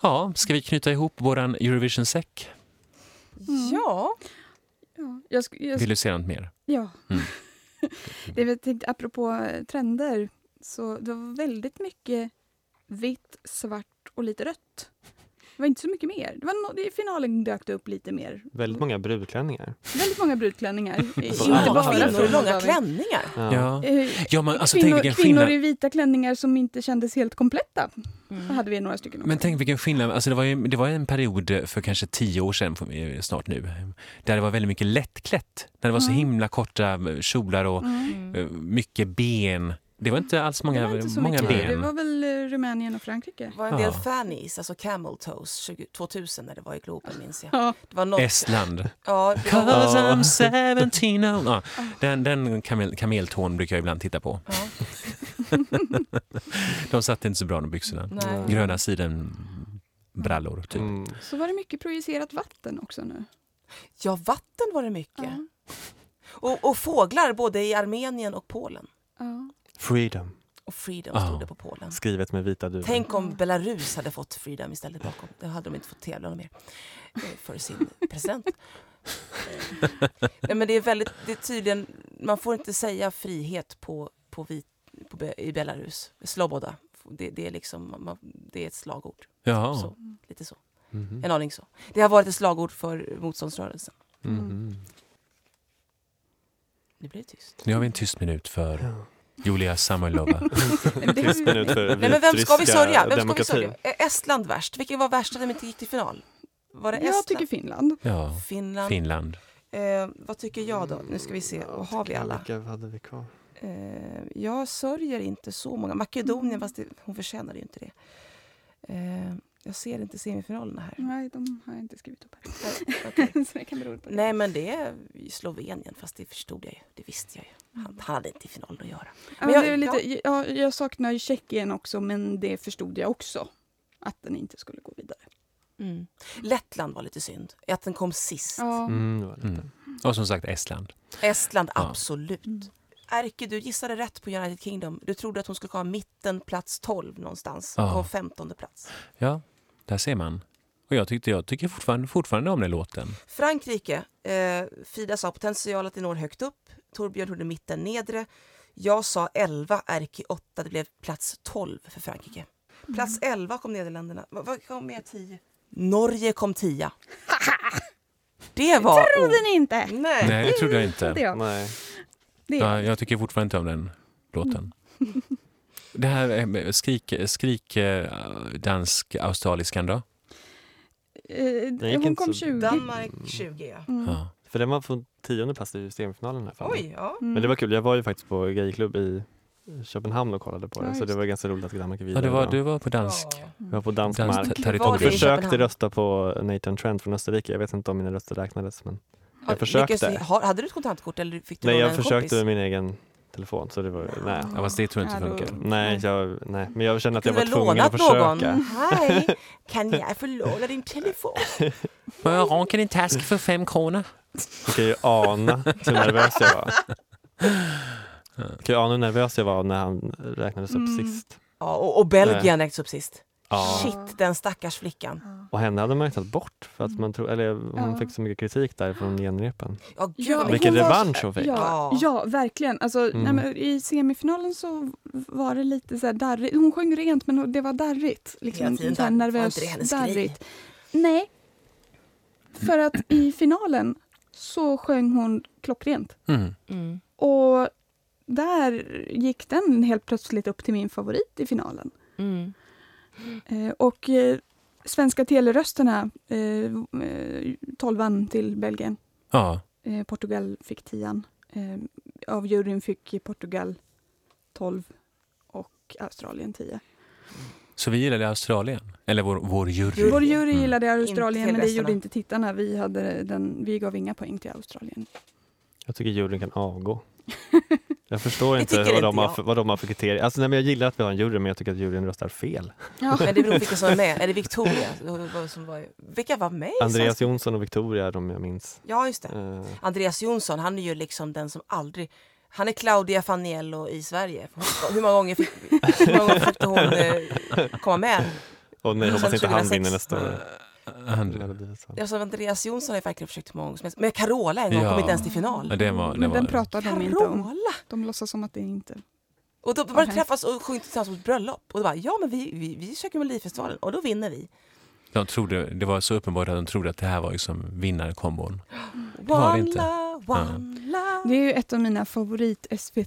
A: ja, ska vi knyta ihop våran Eurovision-säck?
B: Ja,
D: Ja, jag, sk- jag, sk-
A: Vill du säga något mer?
D: ja.
A: Mm.
D: det jag tänkte, apropå eh, trender, så det var väldigt mycket vitt, svart och lite rött. Det var inte så mycket mer. Det var no- I finalen dök det upp lite mer.
C: Väldigt många brudklänningar.
D: Väldigt
A: (laughs)
D: många brudklänningar. inte
C: alla
D: bara
C: hade det.
B: kvinnor i
D: från
B: långa klänningar.
C: Ja.
A: Ja.
D: Eh,
A: Ja, men alltså, tänk
D: kvinnor,
A: vilken
D: kvinnor
A: skillnad.
D: i vita klänningar som inte kändes helt kompletta.
B: Mm.
D: Då hade vi några stycken
A: Men
D: också.
A: tänk vilken skillnad. Alltså det, var ju, det var ju en period för kanske tio år sedan, får vi- snart nu, där det var väldigt mycket lättklätt. Där det var så himla korta kjolar och
B: Mm.
A: eh, mycket ben. Det var inte alls många,
D: Mm. det var inte så
A: många
D: mycket.
A: ben.
D: Det var väl eh, Rumänien och Frankrike.
B: Det var en del
A: Ja.
B: fannies, alltså camel toes, 20, 2000 när det var i Globen minns jag.
D: Ja.
B: Det var något,
A: Estland.
B: ja, det var,
A: Cause I'm 17 oh. ja, Den, den kamel, kameltån brukar jag ibland titta på.
B: ja,
A: De satt inte så bra de byxorna.
B: nej.
A: Gröna sidenbrallor, typ.
C: Mm.
D: Så var det mycket projicerat vatten också nu.
B: ja, vatten var det mycket.
D: Ja.
B: Och, och fåglar både i Armenien och Polen.
D: Ja.
C: Freedom.
B: Och Freedom
A: Ja.
B: stod det på Polen.
C: Skrivet med vita duvor.
B: Tänk om Belarus hade fått Freedom istället bakom. Då hade de inte fått tävla mer eh, för sin president. Eh, Nej, men det är väldigt, det är tydligen, man får inte säga frihet på, på vit, på, Be- i Belarus. Sloboda. Det, det, är liksom, man, det är ett slagord.
A: Jaha.
B: Så, lite så.
C: Mhm.
B: En aning så. Det har varit ett slagord för motståndsrörelsen.
C: Mhm.
B: Nu blir det tyst.
A: Nu har vi en tyst minut för
C: Ja.
A: Julia Samoilova.
D: Men det har
C: Tyst
D: ju-
C: minut för
B: Nej, men vem ska vi
C: vitryska
B: sörja? Vem ska vi
C: demokratin.
B: sörja? Är Estland värst? Vilken var värst att de inte gick till final? Var det
D: Jag
B: Estland?
D: tycker Finland.
A: Ja,
B: Finland.
A: Finland.
B: Eh, vad tycker jag då? Nu ska vi se. Vad har vi alla?
C: Vilka hade vi kvar?
B: Eh, jag sörjer inte så många.
D: Mm.
B: Makedonien, fast det, hon förtjänar ju inte det. Eh, jag ser inte semifinalerna här.
D: Nej, de har jag inte skrivit upp här.
B: Eh, okej.
D: (laughs) Så det kan bero på det.
B: Nej, men det är Slovenien, fast det förstod jag ju. Det visste jag ju.
D: Mm.
B: Han, han hade inte i finalen att göra.
D: Ja,
B: Men jag-
D: jag, det är lite, ja, jag saknar ju Tjeckien också, men det förstod jag också. Att den inte skulle gå vidare.
B: Lettland var lite synd. Att den kom sist.
D: Mm. Ja.
C: Mm, det var lite.
A: Mm. Och som sagt Estland.
B: Estland,
A: Ja.
B: absolut.
D: Mm.
B: Erke, du gissade rätt på United Kingdom. Du trodde att hon skulle ha mitten, plats 12 någonstans.
A: Ja.
B: På femtonde plats.
A: Ja, där ser man. Och jag, tyckte, jag tycker fortfarande, fortfarande om den låten.
B: Frankrike. Eh, Frida sa potentialet i når högt upp. Torbjörn trodde mitten nedre. Jag sa 11, Erki 8. Det blev plats 12 för Frankrike. Plats
D: Mm.
B: 11 kom Nederländerna. Vad vad kom med 10? Norge kom
D: (laughs)
B: 10. Det var...
D: Trodde
B: o-
D: ni inte?
B: Nej.
A: Nej, det trodde jag
D: (laughs) Trodde
A: inte.
D: jag.
C: Nej.
D: Det är
A: Ja, jag tycker fortfarande inte om den låten. Det här eh, skrik, skrik eh, dansk-australiskan då?
C: gick
D: Eh, hon
C: inte
D: kom
C: så-
D: 20.
B: Danmark 20. ja.
D: Mm.
A: Ja.
C: För den var från tionde plats i semifinalen. Här framme.
B: Oj, ja.
D: Mm.
C: Men det var kul, jag var ju faktiskt på gayklubb i Köpenhamn och kollade på
D: Ja,
C: det så
D: just
C: det var
D: det.
C: ganska roligt att Danmark är
A: Ja,
C: vidare.
A: det var,
C: då.
A: du var på dansk.
B: Ja.
C: Jag var på dansk
A: Dans-
C: mark.
A: ta-
B: Var det i
A: territorium.
C: Försökte
B: Köpenhamn?
C: rösta på Nathan Trent från Österrike. Jag vet inte om mina röster räknades men
B: Ja,
C: jag försökte.
B: lyckas du- har- hade du ett kontantkort eller fick du
C: Nej
B: låna
C: jag
B: en
C: försökte
B: kompis?
C: med min egen telefon så det var nej.
A: Ja, fast det tror jag inte
D: Ja, då-
A: funkar.
C: Nej, jag, nej, men jag kände att jag
B: Kunde
C: var
B: väl
C: tvungen att
B: lånat
C: försöka.
B: någon? Hej, kan jag få låna din
C: (laughs)
B: telefon?
A: Får jag ranka din task för fem kronor?
C: Du kan ju ana hur nervös jag var. Du kan ju ana hur nervös jag var när han räknades upp
D: Mm.
C: sist.
B: Ja, och, och Belgien räknas upp sist.
C: Ja.
B: Shit, den stackars flickan.
C: Och henne hade man ju tagit bort för
B: Mm.
C: att man tro, eller hon
D: Ja.
C: fick så mycket kritik där från genrepen.
B: Ja, gud,
D: Ja,
B: vad-
A: (laughs)
D: men
C: Vilken
D: hon var-
C: revansch hon fick!
D: Ja,
B: Ja.
D: ja, verkligen. Alltså,
C: Mm.
D: nej, men I semifinalen så var det lite så här darrigt. Hon sjöng rent, men det var darrigt.
B: Hela
D: Liksom,
B: tiden
D: så här
B: darrigt. Var
D: nervös,
B: inte det hennes grej?
D: darrigt. Nej, för att i finalen så sjöng hon klockrent.
A: Mm.
B: Mm.
D: Och där gick den helt plötsligt upp till min favorit i finalen.
B: Mm.
D: Eh, och eh, Svenska telerösterna, eh, eh, tolvan till Belgien.
A: Ja.
D: Eh, Portugal fick tian. Eh, av juryn fick Portugal 12 och Australien 10.
A: Så vi gillade Australien. Eller vår, vår jury.
D: Vår jury
A: Mm.
D: gillade
B: Inte
D: Australien
B: till
D: men det
B: resten
D: gjorde
B: av-
D: inte tittarna. Vi, hade den, vi gav inga poäng till Australien.
C: Jag tycker juryn kan
B: (laughs)
C: avgå. Jag förstår
B: Det
C: inte,
B: tycker
C: vad, de
B: inte
C: har
B: jag.
C: för, vad de har för kriterier. Alltså, nej, men jag gillar att vi har en jury men jag tycker att juryn röstar fel.
B: Men det beror på vilka som är med. Är det Victoria? Vad som var, vilka var med? i
C: Andreas
B: Svenska-
C: Jonsson och Victoria är de jag minns.
B: Ja, just det.
C: Eh,
B: Andreas Jonsson, han är ju liksom den som aldrig... Han är Claudia Faniello i Sverige. Hon- Hur många gånger fick, hur många gånger fick hon eh, komma med?
C: och nej,
B: Sen
C: hoppas inte han
B: 2006.
C: vinner nästa år.
A: Andra.
C: Melodifestivalen.
B: Alltså, Andreas Jonsson har ju verkligen försökt många gånger som helst. Men Carola en gång
A: Ja.
B: kom inte ens till final.
A: Ja, det var, det
D: Men den
A: var,
D: pratade de inte om.
B: Carola!
D: De låtsas som att det inte...
B: Och då bara
D: Okej.
B: träffas och sjöng tillsammans på ett bröllop. Och då bara, ja men vi, vi, vi söker Melodifestivalen och då vinner vi.
A: de trodde, det var så uppenbart att de trodde att det här var liksom vinnarkombon.
B: One
A: var det inte.
B: love, one love.
D: Det är ju ett av mina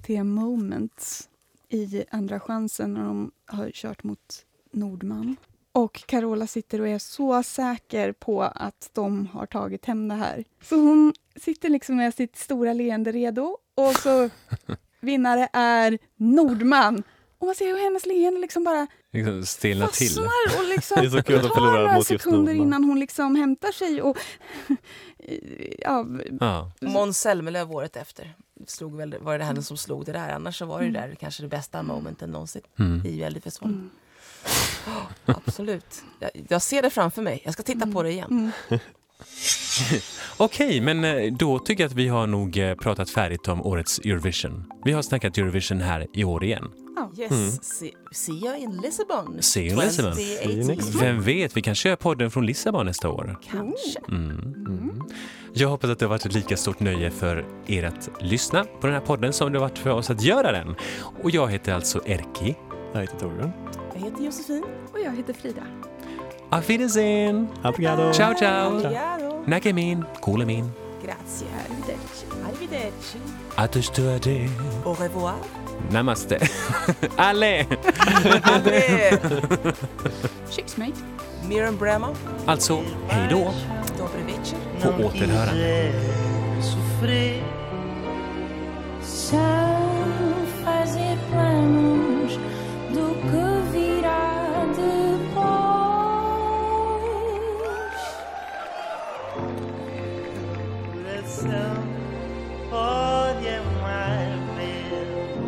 D: favorit-SVT-moments i Andra chansen när de har kört mot Nordman. Och Carola sitter och är så säker på att de har tagit hem det här. Så hon sitter liksom med sitt stora leende redo och
C: (laughs)
D: så vinnare är Nordman. Och man ser hur hennes leende liksom bara
A: Liksom stelna till.
C: (laughs)
D: fastnar och
C: Det är
D: liksom
C: så kul att de
D: tar
C: förlorar
D: några
C: mot just
D: sekunder
C: Nordman.
D: innan hon liksom hämtar sig och (laughs) ja,
A: Ja.
B: Måns Zelmerlöw året efter. Slog väl, var det henne som slog det där? Annars så var det ju där kanske det bästa momenten någonsin
A: Mm.
B: i Melodifestivalen. Ja, (gasps) absolut. Jag, jag ser det framför mig. Jag ska titta på det igen.
D: mm.
A: (laughs) Okej, men eh, då tycker jag att vi har nog eh, pratat färdigt om årets Eurovision. Vi har snackat Eurovision här i år igen.
D: Ja.
B: Yes,
C: Mm.
B: see, see you in Lissabon.
A: See you in Lissabon.
C: See you
B: 2018.
C: next time.
A: Vem vet, vi kanske gör podden från Lissabon nästa år.
B: Kanske.
A: Mm.
C: Mm.
A: Jag hoppas att det har varit ett lika stort nöje för er att lyssna på den här podden som det har varit för oss att göra den. Och jag heter alltså Erki.
C: Jag heter Torun.
B: Jag heter Josefin.
D: Och jag heter Frida.
A: Auf Wiedersehen!
C: Obrigado!
A: Ciao, ciao!
B: Obrigado.
A: Nakemin, kolemin,
B: Grazie.
D: Arrivederci.
B: Arrivederci.
A: atustuade,
B: Au revoir.
A: namaste, (laughs) alle!
B: Ade.
D: Kyss mig.
B: Miriam Bramo.
A: Alltså, hej då
B: Dobry wieczór.
A: på återhörande.
F: sofrer Sabe fazer planos do que virá depois
G: coração pode é um amar mesmo.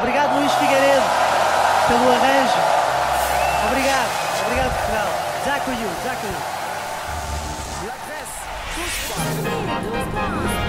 G: Obrigado, Luís Figueiredo, pelo arranjo. Obrigado, obrigado, Portugal. Já caiu, já caiu.
F: Dos planos.